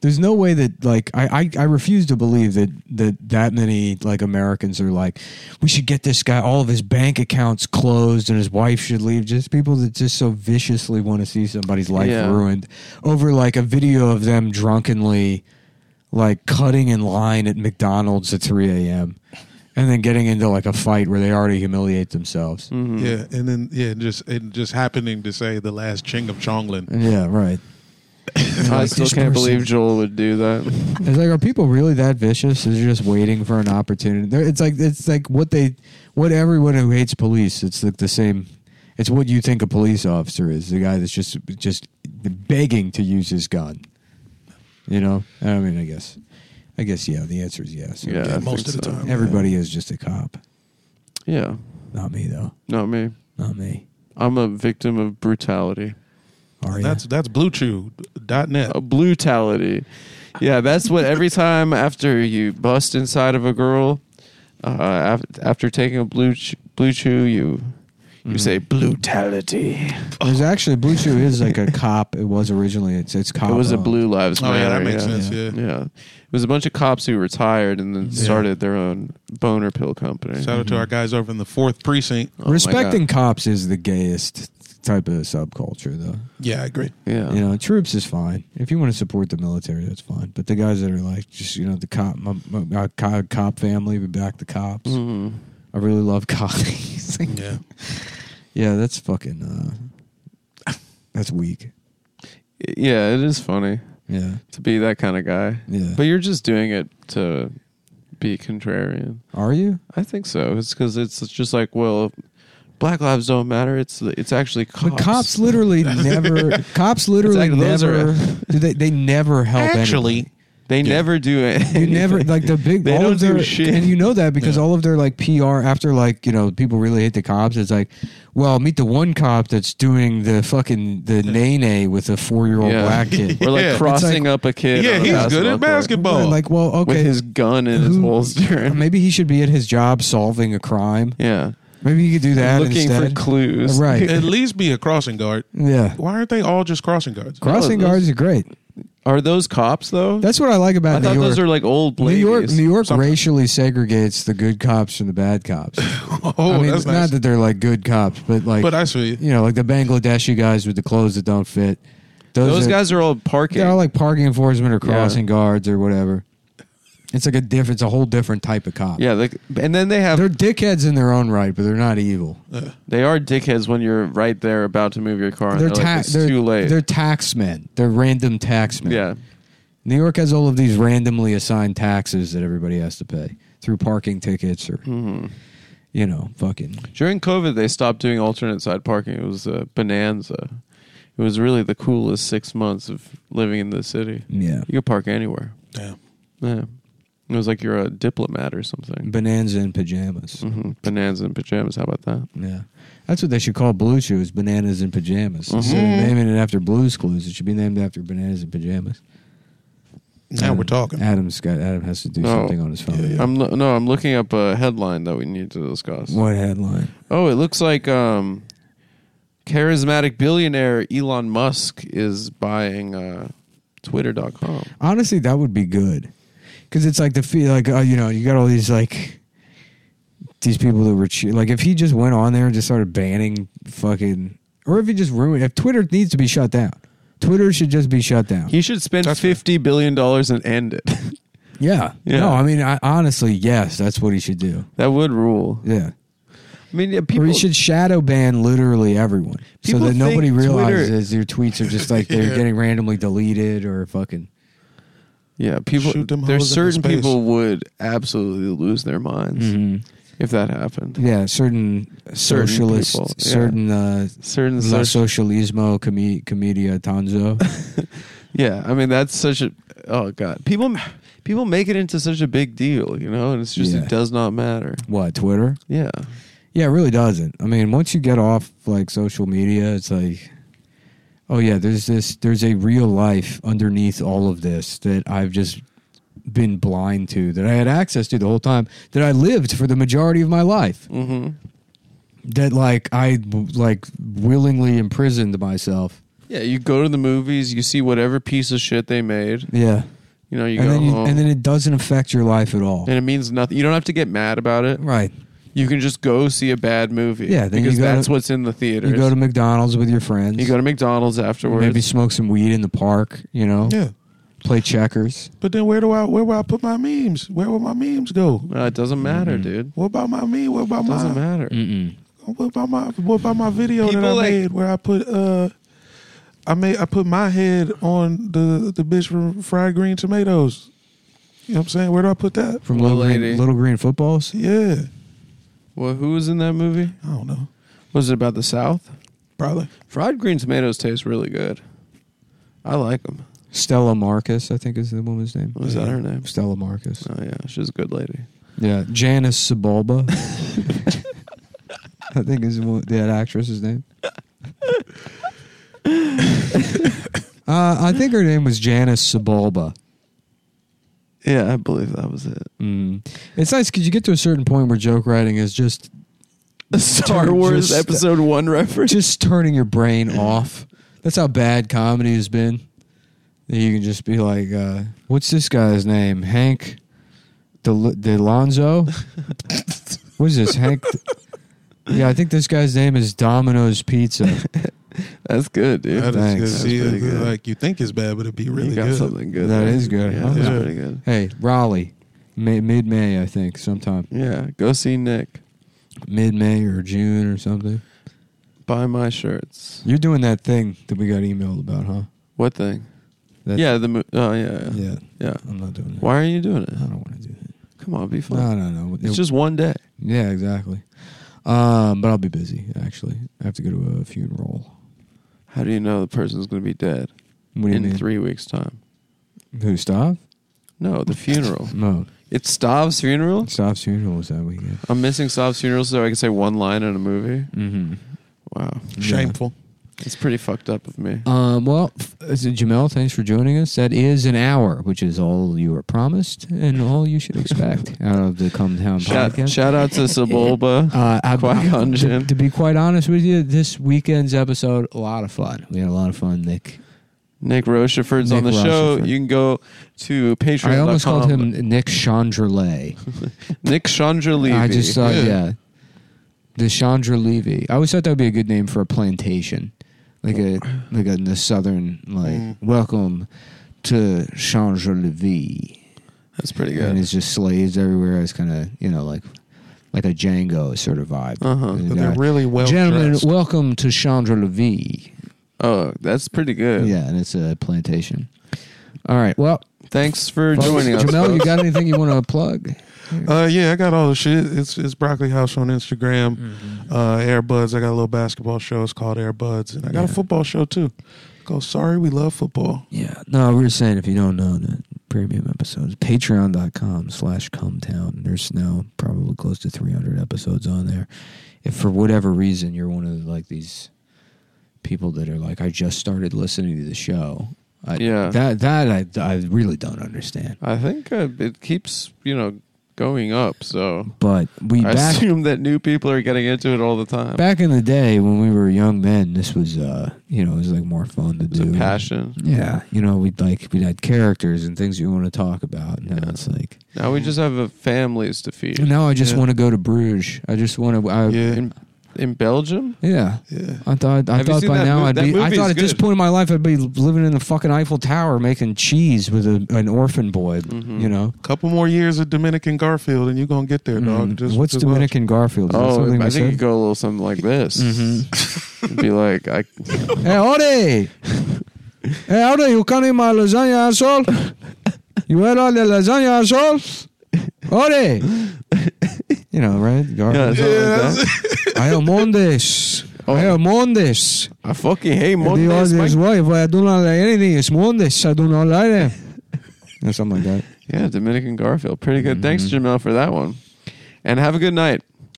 [SPEAKER 1] There's no way that like I, I, I refuse to believe that, that that many like Americans are like we should get this guy all of his bank accounts closed and his wife should leave. Just people that just so viciously want to see somebody's life
[SPEAKER 4] Yeah.
[SPEAKER 1] ruined over like a video of them drunkenly like cutting in line at McDonald's at 3 a.m. and then getting into like a fight where they already humiliate themselves.
[SPEAKER 4] Mm.
[SPEAKER 3] Yeah, and then yeah, just and just happening to say the last ching of Chonglin.
[SPEAKER 1] Yeah, right.
[SPEAKER 4] I
[SPEAKER 1] Like,
[SPEAKER 4] still
[SPEAKER 1] this
[SPEAKER 4] can't
[SPEAKER 1] person-
[SPEAKER 4] believe Joel would do that.
[SPEAKER 1] It's like, are people really that vicious? They're just waiting for an opportunity. They're, it's like it's like what they, what everyone who hates police. It's like the same. It's what you think a police officer is. The guy that's just just begging to use his gun. You know. I mean, I guess, I guess yeah. The answer is yes.
[SPEAKER 4] Yeah, I
[SPEAKER 3] most
[SPEAKER 4] think
[SPEAKER 3] of the
[SPEAKER 4] so.
[SPEAKER 3] time.
[SPEAKER 1] Everybody is just a cop.
[SPEAKER 4] Yeah,
[SPEAKER 1] Not me though.
[SPEAKER 4] not me.
[SPEAKER 1] Not me.
[SPEAKER 4] I'm a victim of brutality.
[SPEAKER 1] Are
[SPEAKER 3] That's that's bluechew.net.
[SPEAKER 4] a brutality. Yeah, that's what every time after you bust inside of a girl, uh, after, after taking a blue ch- blue chew, you you
[SPEAKER 3] Mm-hmm.
[SPEAKER 4] say brutality.
[SPEAKER 1] There's actually Blue Chew is like a cop. It was originally. It's it's cop.
[SPEAKER 4] It was a
[SPEAKER 1] owned.
[SPEAKER 4] blue lives
[SPEAKER 3] Oh
[SPEAKER 4] matter.
[SPEAKER 3] yeah, that makes sense. Yeah.
[SPEAKER 4] Yeah, it was a bunch of cops who retired and then started their own boner pill company. Oh
[SPEAKER 3] Shout out to our guys over in the fourth precinct.
[SPEAKER 4] my
[SPEAKER 1] Respecting cops is the gayest type of subculture, though.
[SPEAKER 3] Yeah, I agree.
[SPEAKER 4] Yeah.
[SPEAKER 1] You know, troops is fine. If you want to support the military, that's fine. But the guys that are like, just you know, the cop, my, my, my co- cop family, we back the cops.
[SPEAKER 4] Mhm.
[SPEAKER 1] I really love cops. Like,
[SPEAKER 3] Yeah.
[SPEAKER 1] yeah, that's fucking. Uh, that's weak.
[SPEAKER 4] Yeah, it is funny
[SPEAKER 1] Yeah,
[SPEAKER 4] to be that kind of guy.
[SPEAKER 1] yeah.
[SPEAKER 4] But you're just doing it to be contrarian.
[SPEAKER 1] are you?
[SPEAKER 4] I think so. It's because it's just like, well, black lives don't matter. It's it's actually cops.
[SPEAKER 1] But cops literally never. Cops literally
[SPEAKER 4] like those
[SPEAKER 1] never.
[SPEAKER 4] are-
[SPEAKER 1] do they they never help. anybody.
[SPEAKER 4] they never do it.
[SPEAKER 1] You never like the big.
[SPEAKER 4] They
[SPEAKER 1] all
[SPEAKER 4] don't
[SPEAKER 1] of their,
[SPEAKER 4] do shit.
[SPEAKER 1] and you know that because
[SPEAKER 3] Yeah.
[SPEAKER 1] all of their like PR after like you know people really hate the cops. It's like, well, meet the one cop that's doing the fucking the nay nay with a four year old
[SPEAKER 4] Yeah.
[SPEAKER 1] black kid.
[SPEAKER 4] Or like
[SPEAKER 3] Yeah.
[SPEAKER 4] crossing up a kid.
[SPEAKER 3] Yeah,
[SPEAKER 4] on a
[SPEAKER 3] he's good at
[SPEAKER 4] court
[SPEAKER 3] basketball.
[SPEAKER 1] Like, well, okay,
[SPEAKER 4] with his gun in his
[SPEAKER 1] Who-
[SPEAKER 4] holster.
[SPEAKER 1] maybe he should be at his job solving a crime.
[SPEAKER 4] yeah,
[SPEAKER 1] Maybe he could do that
[SPEAKER 4] looking
[SPEAKER 1] instead.
[SPEAKER 4] for clues.
[SPEAKER 1] Right.
[SPEAKER 3] At least be a crossing guard.
[SPEAKER 1] yeah,
[SPEAKER 3] Why aren't they all just crossing guards?
[SPEAKER 1] crossing
[SPEAKER 4] those-
[SPEAKER 1] guards are great.
[SPEAKER 4] Are those cops though?
[SPEAKER 1] That's what I like
[SPEAKER 4] I
[SPEAKER 1] about New
[SPEAKER 4] thought
[SPEAKER 1] York.
[SPEAKER 4] those are like old
[SPEAKER 1] New
[SPEAKER 4] ladies.
[SPEAKER 1] York, New York
[SPEAKER 3] Sometimes.
[SPEAKER 1] racially segregates the good cops from the bad cops.
[SPEAKER 3] Oh,
[SPEAKER 1] I mean,
[SPEAKER 3] that's
[SPEAKER 1] not
[SPEAKER 3] nice.
[SPEAKER 1] that they're like good cops, but like
[SPEAKER 3] but I see. you.
[SPEAKER 1] you know, like the Bangladeshi guys with the clothes that don't fit. Those,
[SPEAKER 4] Those
[SPEAKER 1] are,
[SPEAKER 4] guys are all parking.
[SPEAKER 1] they're all like parking enforcement or
[SPEAKER 4] Yeah.
[SPEAKER 1] crossing guards or whatever. It's like a different, it's a whole different type of cop.
[SPEAKER 4] yeah, like, and then they have
[SPEAKER 1] they're dickheads in their own right, but they're not evil.
[SPEAKER 4] They are dickheads when you're right there about to move your car. And
[SPEAKER 1] They're
[SPEAKER 4] they're like,
[SPEAKER 1] tax,
[SPEAKER 4] it's
[SPEAKER 1] they're,
[SPEAKER 4] too late.
[SPEAKER 1] they're taxmen. They're random taxmen.
[SPEAKER 4] yeah,
[SPEAKER 1] New York has all of these randomly assigned taxes that everybody has to pay through parking tickets or,
[SPEAKER 4] Mm-hmm.
[SPEAKER 1] you know, fucking.
[SPEAKER 4] during COVID, they stopped doing alternate side parking. It was a bonanza. It was really the coolest six months of living in the city.
[SPEAKER 1] Yeah.
[SPEAKER 4] You could park anywhere.
[SPEAKER 3] Yeah.
[SPEAKER 4] Yeah, it was like you're a diplomat or something.
[SPEAKER 1] Bonanza in pajamas.
[SPEAKER 4] hmm Bonanza and pajamas. How about that?
[SPEAKER 1] Yeah. That's what they should call Blue Chews, bananas and pajamas. Instead of naming it after Blues Clues, it should be named after bananas and pajamas.
[SPEAKER 3] Now
[SPEAKER 1] Mm-hmm.
[SPEAKER 3] we're talking.
[SPEAKER 1] Adam's got Adam has to do
[SPEAKER 4] No.
[SPEAKER 1] something on his phone.
[SPEAKER 3] Yeah, yeah.
[SPEAKER 4] I'm lo- no. I'm looking up a headline that we need to discuss.
[SPEAKER 1] What headline?
[SPEAKER 4] Oh, it looks like um, charismatic billionaire Elon Musk is buying uh, Twitter.com.
[SPEAKER 1] Honestly, that would be good because it's like the feel like uh, you know you got all these like these people that were che- like if he just went on there and just started banning fucking or if he just ruined if Twitter needs to be shut down. Twitter should just be shut down.
[SPEAKER 4] He should spend fifty billion dollars and end it.
[SPEAKER 1] yeah.
[SPEAKER 4] Yeah.
[SPEAKER 1] No, I mean, I, honestly, yes, that's what he should do.
[SPEAKER 4] that would rule.
[SPEAKER 1] Yeah.
[SPEAKER 4] I mean, yeah,
[SPEAKER 1] or
[SPEAKER 4] people.
[SPEAKER 1] you should shadow ban literally everyone so
[SPEAKER 4] People
[SPEAKER 1] that nobody
[SPEAKER 4] think Twitter-
[SPEAKER 1] realizes your tweets are just like they're
[SPEAKER 3] Yeah.
[SPEAKER 1] getting randomly deleted or fucking
[SPEAKER 4] yeah, people.
[SPEAKER 3] Shoot them
[SPEAKER 4] There's
[SPEAKER 3] hoes into
[SPEAKER 4] certain
[SPEAKER 3] space.
[SPEAKER 4] people would absolutely lose their minds if that happened.
[SPEAKER 1] yeah certain,
[SPEAKER 4] Mm-hmm. Certain
[SPEAKER 1] socialist
[SPEAKER 4] people, yeah.
[SPEAKER 1] certain uh
[SPEAKER 4] Certain
[SPEAKER 1] La
[SPEAKER 4] social.
[SPEAKER 1] socialismo comi- comedia tanzo.
[SPEAKER 4] Yeah, I mean that's such a. Oh god, people. People make it into such a big deal, you know, and it's just
[SPEAKER 1] Yeah.
[SPEAKER 4] it does not matter.
[SPEAKER 1] what Twitter?
[SPEAKER 4] Yeah,
[SPEAKER 1] Yeah, it really doesn't. I mean, once you get off like social media, it's like, oh yeah, there's this, there's a real life underneath all of this that I've just been blind to, that I had access to the whole time, that I lived for the majority of my life, mm-hmm. that like I like willingly imprisoned myself.
[SPEAKER 4] yeah. You go to the movies, you see whatever piece of shit they made.
[SPEAKER 1] Yeah,
[SPEAKER 4] You know, you
[SPEAKER 1] and
[SPEAKER 4] go
[SPEAKER 1] then you,
[SPEAKER 4] home,
[SPEAKER 1] and then it doesn't affect your life at all.
[SPEAKER 4] and it means nothing. You don't have to get mad about it.
[SPEAKER 1] Right.
[SPEAKER 4] You can just go see a bad movie.
[SPEAKER 1] Yeah, then you
[SPEAKER 4] because
[SPEAKER 1] go
[SPEAKER 4] that's
[SPEAKER 1] to-
[SPEAKER 4] what's in the theaters.
[SPEAKER 1] You go to McDonald's with your friends.
[SPEAKER 4] You go to McDonald's afterwards.
[SPEAKER 1] maybe smoke some weed in the park. You know,
[SPEAKER 3] Yeah.
[SPEAKER 1] play checkers.
[SPEAKER 3] But then where do I where will I put my memes? Where will my memes go?
[SPEAKER 4] Uh, it doesn't matter,
[SPEAKER 1] Mm-hmm.
[SPEAKER 4] dude.
[SPEAKER 3] What about my meme? What about my
[SPEAKER 4] doesn't matter.
[SPEAKER 1] Mm.
[SPEAKER 3] what about my what about my video
[SPEAKER 4] People
[SPEAKER 3] that I
[SPEAKER 4] like-
[SPEAKER 3] made where I put uh I made I put my head on the the bitch from fried green tomatoes. You know what I'm saying? Where do I put that?
[SPEAKER 1] from
[SPEAKER 4] Little
[SPEAKER 1] Little Green,
[SPEAKER 4] Lady.
[SPEAKER 1] Little Green Footballs.
[SPEAKER 3] Yeah.
[SPEAKER 4] Well, who was in that movie?
[SPEAKER 3] I don't know.
[SPEAKER 4] Was it about the South?
[SPEAKER 3] Probably.
[SPEAKER 4] Fried green tomatoes taste really good. I like them.
[SPEAKER 1] Stella Marcus, I think is the woman's name.
[SPEAKER 4] Was that her name?
[SPEAKER 1] Stella Marcus.
[SPEAKER 4] Oh yeah, she's a good lady.
[SPEAKER 1] Yeah, Janice Sebulba. I think is the wo- that actress's name. uh, I think her name was Janice Sebulba.
[SPEAKER 4] Yeah, I believe that was it.
[SPEAKER 1] Mm. It's nice because you get to a certain point where joke writing is just
[SPEAKER 4] Star
[SPEAKER 1] Dude,
[SPEAKER 4] Wars
[SPEAKER 1] just-
[SPEAKER 4] Episode One reference.
[SPEAKER 1] just turning your brain off. That's how bad comedy has been. That You can just be like, uh, "What's this guy's name? Hank Del- Delonzo? what is this, Hank? Yeah, I think this guy's name is Domino's Pizza.
[SPEAKER 4] That's good, dude.
[SPEAKER 3] That is
[SPEAKER 1] Thanks.
[SPEAKER 3] good.
[SPEAKER 1] That's
[SPEAKER 3] See,
[SPEAKER 4] pretty
[SPEAKER 3] it's
[SPEAKER 4] good.
[SPEAKER 3] Like you think it's bad, but it'd be really
[SPEAKER 4] you got
[SPEAKER 3] good.
[SPEAKER 4] something good.
[SPEAKER 1] That
[SPEAKER 4] there.
[SPEAKER 1] is good.
[SPEAKER 4] Yeah, that's
[SPEAKER 3] Yeah.
[SPEAKER 4] pretty good.
[SPEAKER 1] hey, Raleigh, May, mid May, I think, sometime
[SPEAKER 4] Yeah, go see Nick.
[SPEAKER 1] mid May or June or something.
[SPEAKER 4] Buy my shirts.
[SPEAKER 1] You're doing that thing that we got emailed about, huh?
[SPEAKER 4] What thing?
[SPEAKER 1] That's-
[SPEAKER 4] yeah, the mo- oh yeah, yeah,
[SPEAKER 1] Yeah,
[SPEAKER 4] yeah.
[SPEAKER 1] I'm not doing that.
[SPEAKER 4] Why are you doing
[SPEAKER 1] I
[SPEAKER 4] it?
[SPEAKER 1] don't want to do that.
[SPEAKER 4] Come on, be fun.
[SPEAKER 1] No, no, no. It-
[SPEAKER 4] it's just one day.
[SPEAKER 1] yeah, exactly. Um, but I'll be busy. Actually, I have to go to a funeral.
[SPEAKER 4] How do you know the person's going to be dead
[SPEAKER 1] What do you
[SPEAKER 4] in
[SPEAKER 1] mean?
[SPEAKER 4] three weeks' time?
[SPEAKER 1] Who Stav?
[SPEAKER 4] No, the funeral.
[SPEAKER 1] No,
[SPEAKER 4] it's Stav's funeral.
[SPEAKER 1] Stav's funeral was that weekend.
[SPEAKER 4] I'm missing Stav's funeral so I can say one line in a movie.
[SPEAKER 1] Mm-hmm.
[SPEAKER 4] Wow,
[SPEAKER 3] Shameful.
[SPEAKER 4] it's pretty fucked up of me.
[SPEAKER 1] Um, well, f- uh, Jamel, thanks for joining us. That is an hour, which is all you were promised and all you should expect out of the Come Down
[SPEAKER 4] Shout,
[SPEAKER 1] podcast.
[SPEAKER 4] shout out to Sebulba.
[SPEAKER 1] uh, I-
[SPEAKER 4] Qui-Gon
[SPEAKER 1] to,
[SPEAKER 4] Jinn.
[SPEAKER 1] to be quite honest with you, this weekend's episode a lot of fun. We had a lot of fun, Nick.
[SPEAKER 4] Nick Rocheford's on the
[SPEAKER 1] Nick
[SPEAKER 4] show.
[SPEAKER 1] Rochefort.
[SPEAKER 4] You can go to Patreon.
[SPEAKER 1] I almost called him Nick Chandrelay.
[SPEAKER 4] Nick Chandra Levy.
[SPEAKER 1] I just thought,
[SPEAKER 3] Yeah.
[SPEAKER 1] yeah. the Chandra Levy. I always thought that would be a good name for a plantation, like a like a, in the southern like
[SPEAKER 4] Mm.
[SPEAKER 1] welcome to Chandra Levy.
[SPEAKER 4] That's pretty
[SPEAKER 1] and
[SPEAKER 4] good.
[SPEAKER 1] it's just slaves everywhere. It's kind of you know like like a Django sort of vibe.
[SPEAKER 4] Uh-huh.
[SPEAKER 1] And the
[SPEAKER 3] But they're
[SPEAKER 1] guy,
[SPEAKER 3] really well
[SPEAKER 1] Gentlemen,
[SPEAKER 3] dressed.
[SPEAKER 1] welcome to Chandra Levy.
[SPEAKER 4] Oh, that's pretty good.
[SPEAKER 1] Yeah, and it's a plantation. All right. Well,
[SPEAKER 4] Thanks for
[SPEAKER 1] folks,
[SPEAKER 4] joining us.
[SPEAKER 1] Jamel, you
[SPEAKER 4] folks.
[SPEAKER 1] got anything you want to plug?
[SPEAKER 3] Uh, yeah, I got all the shit. It's it's broccoli house on Instagram.
[SPEAKER 4] Um,
[SPEAKER 3] Uh, Airbuds. I got a little basketball show. It's called Airbuds, and I got a
[SPEAKER 1] Yeah.
[SPEAKER 3] football show too. Go. Sorry, we love football.
[SPEAKER 1] Yeah. No, we were saying if you don't know the premium episodes, patreon.com slash cometown. There's now probably close to 300 episodes on there. If for whatever reason you're one of like these people that are like, I just started listening to the show. I,
[SPEAKER 4] Yeah.
[SPEAKER 1] That, that I, I really don't understand.
[SPEAKER 4] I think uh, it keeps you know going up. So
[SPEAKER 1] But we
[SPEAKER 4] I
[SPEAKER 1] back,
[SPEAKER 4] assume that new people are getting into it all the time.
[SPEAKER 1] back in the day when we were young men, this was, uh, you know, it was like more fun to
[SPEAKER 4] it's
[SPEAKER 1] do.
[SPEAKER 4] a passion.
[SPEAKER 1] Yeah. You know, we'd like, we'd had characters and things we want to talk about. And now it's like,
[SPEAKER 4] Now we just have uh, families to feed.
[SPEAKER 1] Now I just
[SPEAKER 3] Yeah.
[SPEAKER 1] want to go to Bruges. I just want to. I, yeah.
[SPEAKER 3] Yeah.
[SPEAKER 4] In, in Belgium,
[SPEAKER 3] Yeah.
[SPEAKER 1] I thought. I
[SPEAKER 4] Have you
[SPEAKER 1] thought
[SPEAKER 4] seen
[SPEAKER 1] by
[SPEAKER 4] that
[SPEAKER 1] now
[SPEAKER 4] mov-
[SPEAKER 1] I'd
[SPEAKER 4] that
[SPEAKER 1] be. I
[SPEAKER 4] movie's
[SPEAKER 1] thought at this
[SPEAKER 4] good.
[SPEAKER 1] point in my life I'd be living in the fucking Eiffel Tower making cheese with a, an orphan boy.
[SPEAKER 4] Mm-hmm.
[SPEAKER 1] You know.
[SPEAKER 3] Couple more years of Dominican Garfield, and you gonna get there, dog.
[SPEAKER 1] Mm.
[SPEAKER 3] Just-
[SPEAKER 1] What's
[SPEAKER 3] just watch.
[SPEAKER 1] Dominican Garfield? Is that
[SPEAKER 4] oh,
[SPEAKER 1] something
[SPEAKER 4] I
[SPEAKER 1] we
[SPEAKER 4] think you
[SPEAKER 1] said? Mm-hmm.
[SPEAKER 4] go a little something like this. It'd be like, I,
[SPEAKER 1] Hey, Ode! hey, Ode, you can't eat my lasagna, asshole. You ate all the lasagna, asshole. Ode! you know, right?
[SPEAKER 4] yeah,
[SPEAKER 1] Garfield.
[SPEAKER 4] something like that.
[SPEAKER 1] I am on this.
[SPEAKER 4] Oh.
[SPEAKER 1] I am on this.
[SPEAKER 4] I fucking hate
[SPEAKER 1] the
[SPEAKER 4] Mondays.
[SPEAKER 1] audience,
[SPEAKER 4] Mike.
[SPEAKER 1] why? If I do not like anything, it's Mondays. I do not like them. or something like that. Mm-hmm.
[SPEAKER 4] Yeah, Dominican Garfield, pretty good. Thanks, Jamel, for that one, and have a good night.